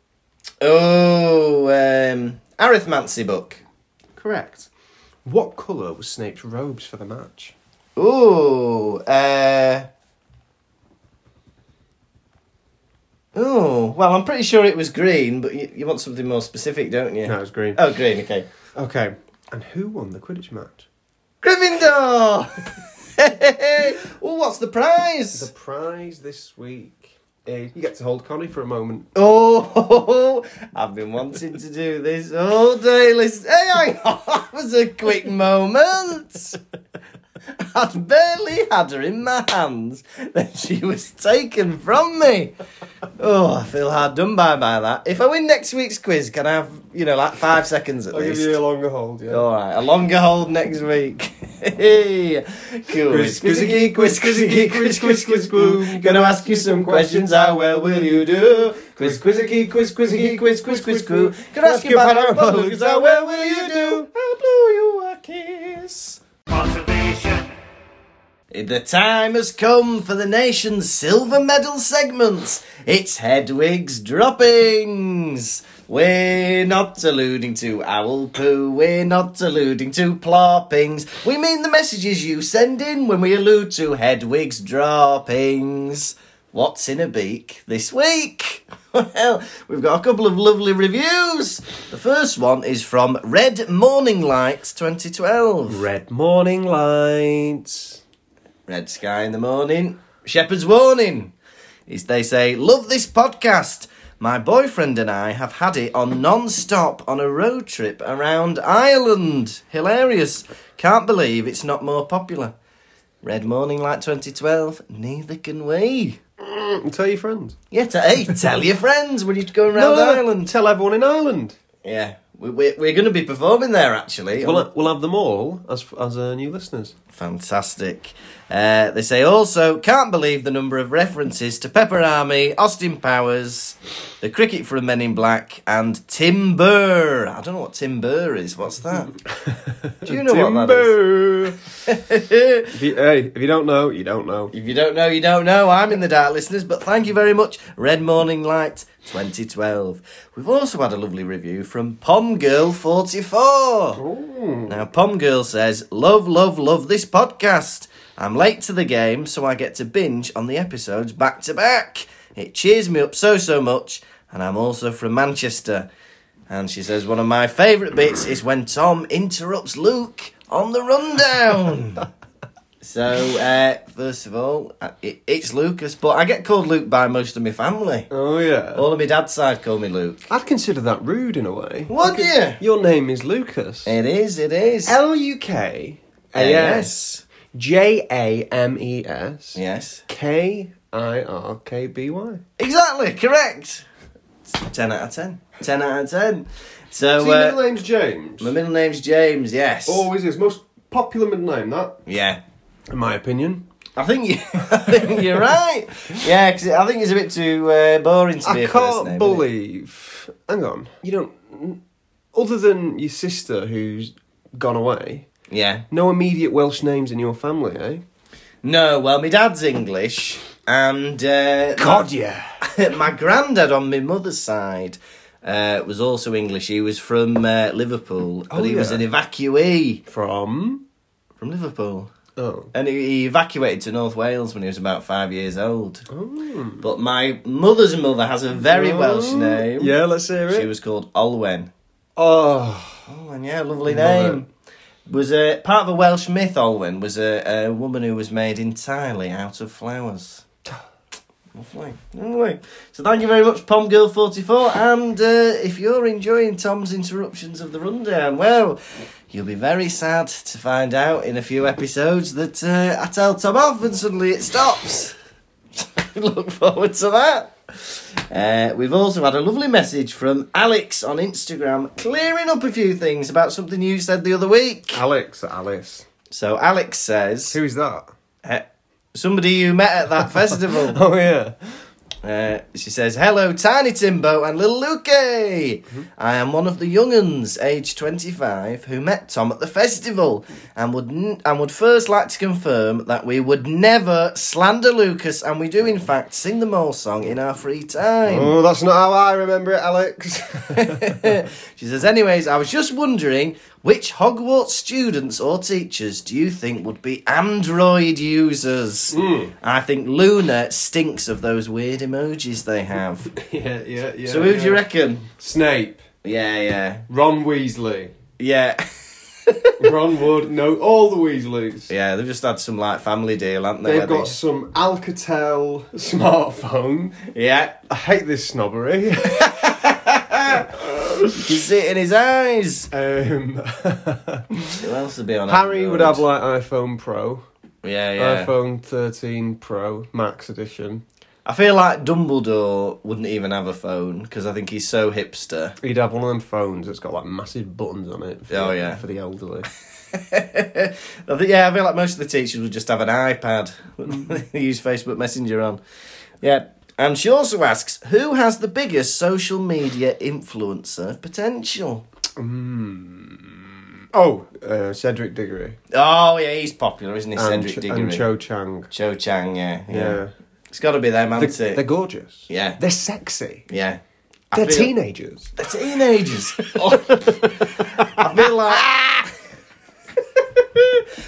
[SPEAKER 3] Oh, um, arithmancy book.
[SPEAKER 1] Correct. What colour was Snape's robes for the match?
[SPEAKER 3] Ooh, uh. Ooh, well, I'm pretty sure it was green, but you, you want something more specific, don't you?
[SPEAKER 1] No, it was green.
[SPEAKER 3] Oh, green, okay.
[SPEAKER 1] Okay. And who won the Quidditch match?
[SPEAKER 3] Gryffindor! oh, what's the prize?
[SPEAKER 1] prize this week is you get to hold Connie for a moment.
[SPEAKER 3] Oh, I've been wanting to do this all day. Listen, hey, hang on, that was a quick moment. I'd barely had her in my hands, then she was taken from me. Oh, I feel hard done by by that. If I win next week's quiz, can I have you know like five seconds at
[SPEAKER 1] I'll give
[SPEAKER 3] least?
[SPEAKER 1] you a longer hold, yeah.
[SPEAKER 3] All right, a longer hold next week. quiz, quizzicky, quiz, quizzicky, quiz, quiz, quiz, quiz. Gonna ask you some questions. How well will you do? Quiz, quizzicky, quiz, quizzicky, quiz, quiz, quiz, quiz. Gonna ask you about our bugs. How well will you do? I'll blow you a kiss.
[SPEAKER 2] Motivation.
[SPEAKER 3] The time has come for the nation's silver medal segment. It's Hedwig's droppings. We're not alluding to owl poo. We're not alluding to ploppings. We mean the messages you send in when we allude to Hedwig's droppings. What's in a beak this week? Well, we've got a couple of lovely reviews. The first one is from Red Morning Light 2012.
[SPEAKER 1] Red morning lights.
[SPEAKER 3] Red sky in the morning, shepherd's warning. Is they say, love this podcast. My boyfriend and I have had it on non-stop on a road trip around Ireland. Hilarious. Can't believe it's not more popular. Red Morning Light 2012, neither can we.
[SPEAKER 1] Mm, Tell your friends.
[SPEAKER 3] Yeah, t- hey, tell your friends when you go around Ireland.
[SPEAKER 1] Tell everyone in Ireland.
[SPEAKER 3] Yeah, we, we, we're going to be performing there actually.
[SPEAKER 1] We'll, we'll have them all as as uh, new listeners.
[SPEAKER 3] Fantastic. Uh, they say also, can't believe the number of references to Pepper Army, Austin Powers, the cricket from Men in Black, and Tim Burr. I don't know what Tim Burr is. What's that? Do you know what that
[SPEAKER 1] Timber.
[SPEAKER 3] is?
[SPEAKER 1] If you, hey, if you don't know, you don't know.
[SPEAKER 3] If you don't know, you don't know. I'm in the dark, listeners, but thank you very much. Red Morning Light 2012. We've also had a lovely review from Pom Girl 44.
[SPEAKER 1] Mm.
[SPEAKER 3] Now, Pom Girl says, Love, love, love this podcast. I'm late to the game, so I get to binge on the episodes back to back. It cheers me up so, so much, and I'm also from Manchester. And she says, One of my favourite bits is when Tom interrupts Luke on the rundown. So, uh, first of all, uh, it, it's Lucas, but I get called Luke by most of my family.
[SPEAKER 1] Oh yeah.
[SPEAKER 3] All of my dad's side call me Luke.
[SPEAKER 1] I'd consider that rude in a way.
[SPEAKER 3] Would you?
[SPEAKER 1] Your name is Lucas.
[SPEAKER 3] It is, it is. Uh,
[SPEAKER 1] L U K A S J A M E S
[SPEAKER 3] Yes.
[SPEAKER 1] K I R K B Y.
[SPEAKER 3] Exactly, correct. 10 out of 10. 10 out of 10. So,
[SPEAKER 1] So your middle Oh.
[SPEAKER 3] uh,
[SPEAKER 1] name's James.
[SPEAKER 3] my middle name's James, yes.
[SPEAKER 1] Always his most popular middle name. That,
[SPEAKER 3] Yeah.
[SPEAKER 1] in my opinion.
[SPEAKER 3] I think, you, I think you're right. Yeah, 'cause I think it's a bit too uh, boring to be
[SPEAKER 1] I
[SPEAKER 3] a first
[SPEAKER 1] can't
[SPEAKER 3] name, isn't it?
[SPEAKER 1] believe. Hang on. You don't. Other than your sister who's gone away,
[SPEAKER 3] Yeah.
[SPEAKER 1] no immediate Welsh names in your family, eh?
[SPEAKER 3] No, well, my dad's English, and... Uh,
[SPEAKER 1] yeah.
[SPEAKER 3] my granddad on my mother's side uh, was also English. He was from uh, Liverpool, but
[SPEAKER 1] Oh,
[SPEAKER 3] he was
[SPEAKER 1] yeah.
[SPEAKER 3] an evacuee
[SPEAKER 1] From.
[SPEAKER 3] from Liverpool.
[SPEAKER 1] Oh.
[SPEAKER 3] And he, he evacuated to North Wales when he was about five years old. But my mother's mother has a very Welsh
[SPEAKER 1] Oh.
[SPEAKER 3] name.
[SPEAKER 1] Yeah, let's hear it.
[SPEAKER 3] She was called Olwen.
[SPEAKER 1] Oh.
[SPEAKER 3] Olwen, yeah, lovely
[SPEAKER 1] Love
[SPEAKER 3] name. Was a part of a Welsh myth. Olwen was a, a woman who was made entirely out of flowers. Lovely, lovely. So thank you very much, Pom Girl Forty Four. And uh, if you're enjoying Tom's interruptions of the rundown, well, you'll be very sad to find out in a few episodes that uh, I tell Tom off and suddenly it stops. Look forward to that. Uh, we've also had a lovely message from Alex on Instagram clearing up a few things about something you said the other week.
[SPEAKER 1] Alex, Alice.
[SPEAKER 3] So Alex says,
[SPEAKER 1] Who is that?
[SPEAKER 3] uh, somebody you met at that festival.
[SPEAKER 1] Oh yeah.
[SPEAKER 3] Uh, she says, Hello, Tiny Timbo and Little Luke. I am one of the young'uns, age 25, who met Tom at the festival and would, n- and would first like to confirm that we would never slander Lucas and we do, in fact, sing the mole song in our free time.
[SPEAKER 1] Oh, that's not how I remember it, Alex.
[SPEAKER 3] she says, anyways, I was just wondering which Hogwarts students or teachers do you think would be Android users? I think Luna stinks of those weird emojis they have.
[SPEAKER 1] yeah, yeah, yeah.
[SPEAKER 3] so who do you reckon?
[SPEAKER 1] Snape,
[SPEAKER 3] Yeah, yeah.
[SPEAKER 1] Ron Weasley,
[SPEAKER 3] Yeah.
[SPEAKER 1] Ron Wood. No, all the Weasleys.
[SPEAKER 3] Yeah, they've just had some like family deal, haven't they?
[SPEAKER 1] They've
[SPEAKER 3] where
[SPEAKER 1] got
[SPEAKER 3] they-
[SPEAKER 1] some Alcatel smartphone.
[SPEAKER 3] Yeah.
[SPEAKER 1] I hate this snobbery.
[SPEAKER 3] You can see it in his eyes.
[SPEAKER 1] um,
[SPEAKER 3] Who else would be on
[SPEAKER 1] Harry would
[SPEAKER 3] Android?
[SPEAKER 1] have like iPhone Pro,
[SPEAKER 3] Yeah, yeah.
[SPEAKER 1] iPhone 13 Pro Max edition.
[SPEAKER 3] I feel like Dumbledore wouldn't even have a phone because I think he's so hipster.
[SPEAKER 1] He'd have one of them phones that's got like massive buttons on it. For,
[SPEAKER 3] Oh, yeah.
[SPEAKER 1] for the elderly.
[SPEAKER 3] I think, yeah, I feel like most of the teachers would just have an iPad.
[SPEAKER 1] Mm.
[SPEAKER 3] they use Facebook Messenger on. Yeah. And she also asks, who has the biggest social media influencer potential?
[SPEAKER 1] Oh, uh, Cedric Diggory.
[SPEAKER 3] Oh, yeah, he's popular, isn't he?
[SPEAKER 1] and,
[SPEAKER 3] Cedric
[SPEAKER 1] Ch-
[SPEAKER 3] Diggory.
[SPEAKER 1] and Cho Chang.
[SPEAKER 3] Cho Chang, yeah. Yeah.
[SPEAKER 1] Yeah.
[SPEAKER 3] It's got to be them,
[SPEAKER 1] They're,
[SPEAKER 3] hasn't it?
[SPEAKER 1] they're gorgeous.
[SPEAKER 3] Yeah.
[SPEAKER 1] They're sexy.
[SPEAKER 3] yeah. I
[SPEAKER 1] They're
[SPEAKER 3] feel-
[SPEAKER 1] teenagers.
[SPEAKER 3] They're teenagers. Oh. I feel like.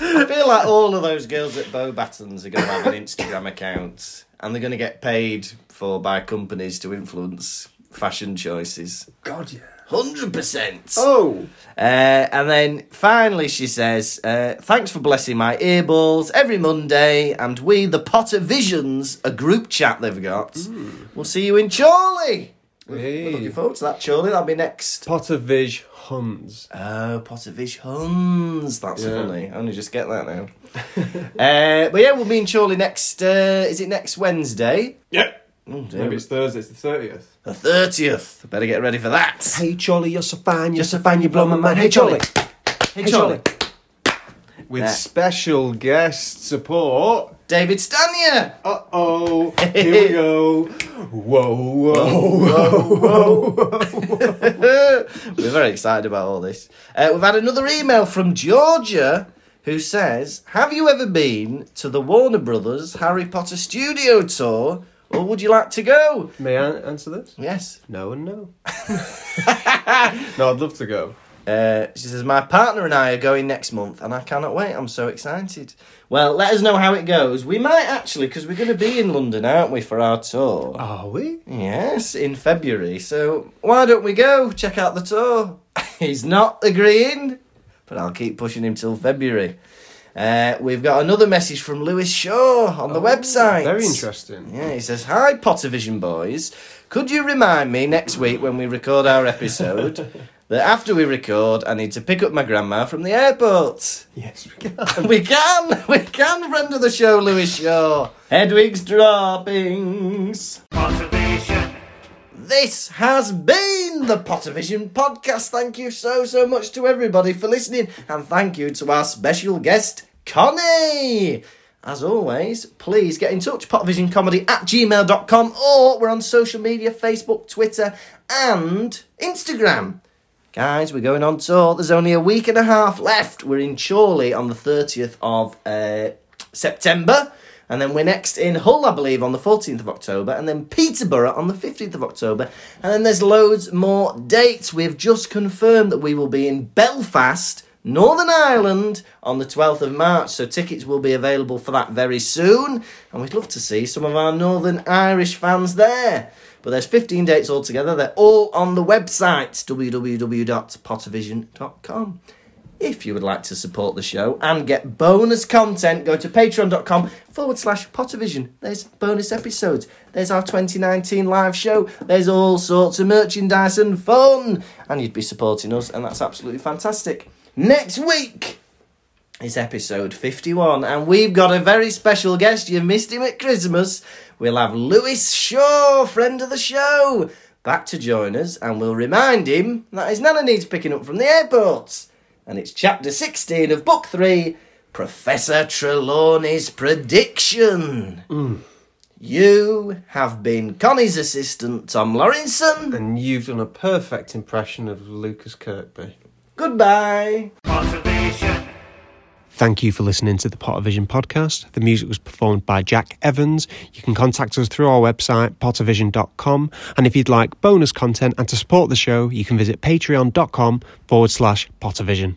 [SPEAKER 3] I feel like all of those girls at Bow Battens are going to have an Instagram account and they're going to get paid for by companies to influence fashion choices.
[SPEAKER 1] God, yeah.
[SPEAKER 3] 100%.
[SPEAKER 1] Oh,
[SPEAKER 3] Uh, and then finally, she says, uh, Thanks for blessing my earballs every Monday. And we, the Potter Visions, a group chat they've got, we'll see you in Chorley. Looking
[SPEAKER 1] hey.
[SPEAKER 3] forward to that, Chorley. That'll be next.
[SPEAKER 1] Potter Vij Huns.
[SPEAKER 3] Oh, Potter Vish Huns. That's
[SPEAKER 1] Yeah.
[SPEAKER 3] funny. I only just get that now. uh, but yeah, we'll be in Chorley next. Uh, is it next Wednesday?
[SPEAKER 1] Yep.
[SPEAKER 3] Oh, dear.
[SPEAKER 1] Maybe it's Thursday, it's the 30th.
[SPEAKER 3] the thirtieth. Better get ready for that.
[SPEAKER 1] Hey, Charlie, you're so fine, you're
[SPEAKER 3] so fine, you blow my mind. Hey, Charlie. Hey, Charlie.
[SPEAKER 1] with
[SPEAKER 3] Yeah.
[SPEAKER 1] special guest support.
[SPEAKER 3] David Stanier.
[SPEAKER 1] Uh oh, here we go. Whoa, whoa, whoa, whoa.
[SPEAKER 3] We're very excited about all this. Uh, we've had another email from Georgia who says, Have you ever been to the Warner Brothers Harry Potter studio tour or would you like to go?
[SPEAKER 1] May I answer this?
[SPEAKER 3] Yes.
[SPEAKER 1] No and no. no, I'd love to go.
[SPEAKER 3] Uh, she says, My partner and I are going next month and I cannot wait. I'm so excited. Well, let us know how it goes. We might actually, because we're going to be in London, aren't we, for our tour?
[SPEAKER 1] Are we?
[SPEAKER 3] Yes, in February. So why don't we go check out the tour? He's not agreeing, but I'll keep pushing him till February. Uh, we've got another message from Lewis Shaw on the website.
[SPEAKER 1] Oh, Very interesting.
[SPEAKER 3] Yeah, he says, Hi, Pottervision boys. Could you remind me next week when we record our episode that after we record, I need to pick up my grandma from the airport?
[SPEAKER 1] Yes, we can.
[SPEAKER 3] we can, we can, friend of the show, Lewis Shaw. Hedwig's droppings.
[SPEAKER 2] Pottervision.
[SPEAKER 3] This has been the Pottervision podcast. Thank you so, so much to everybody for listening. And thank you to our special guest, Connie. As always, please get in touch, pottervisioncomedy at gmail.com, or we're on social media Facebook, Twitter, and Instagram. Guys, we're going on tour. There's only a week and a half left. We're in Chorley on the 30th of uh, September. And then we're next in Hull, I believe, on the 14th of October. And then Peterborough on the 15th of October. And then there's loads more dates. We've just confirmed that we will be in Belfast, Northern Ireland, on the 12th of March. So tickets will be available for that very soon. And we'd love to see some of our Northern Irish fans there. But there's 15 dates altogether. They're all on the website www.pottervision.com. If you would like to support the show and get bonus content, go to patreon.com forward slash Pottervision. There's bonus episodes. There's our 2019 live show. There's all sorts of merchandise and fun. And you'd be supporting us, and that's absolutely fantastic. Next week is episode 51, and we've got a very special guest. You missed him at Christmas. We'll have Lewis Shaw, friend of the show, back to join us, and we'll remind him that his nana needs picking up from the airport. And it's chapter 16 of book 3 Professor Trelawney's Prediction. You have been Connie's assistant, Tom Laurinson.
[SPEAKER 1] And you've done a perfect impression of Lucas Kirkby.
[SPEAKER 3] Goodbye.
[SPEAKER 2] Pottervision.
[SPEAKER 1] Thank you for listening to the Pottervision podcast. The music was performed by Jack Evans. You can contact us through our website, pottervision.com. And if you'd like bonus content and to support the show, you can visit patreon.com forward slash pottervision.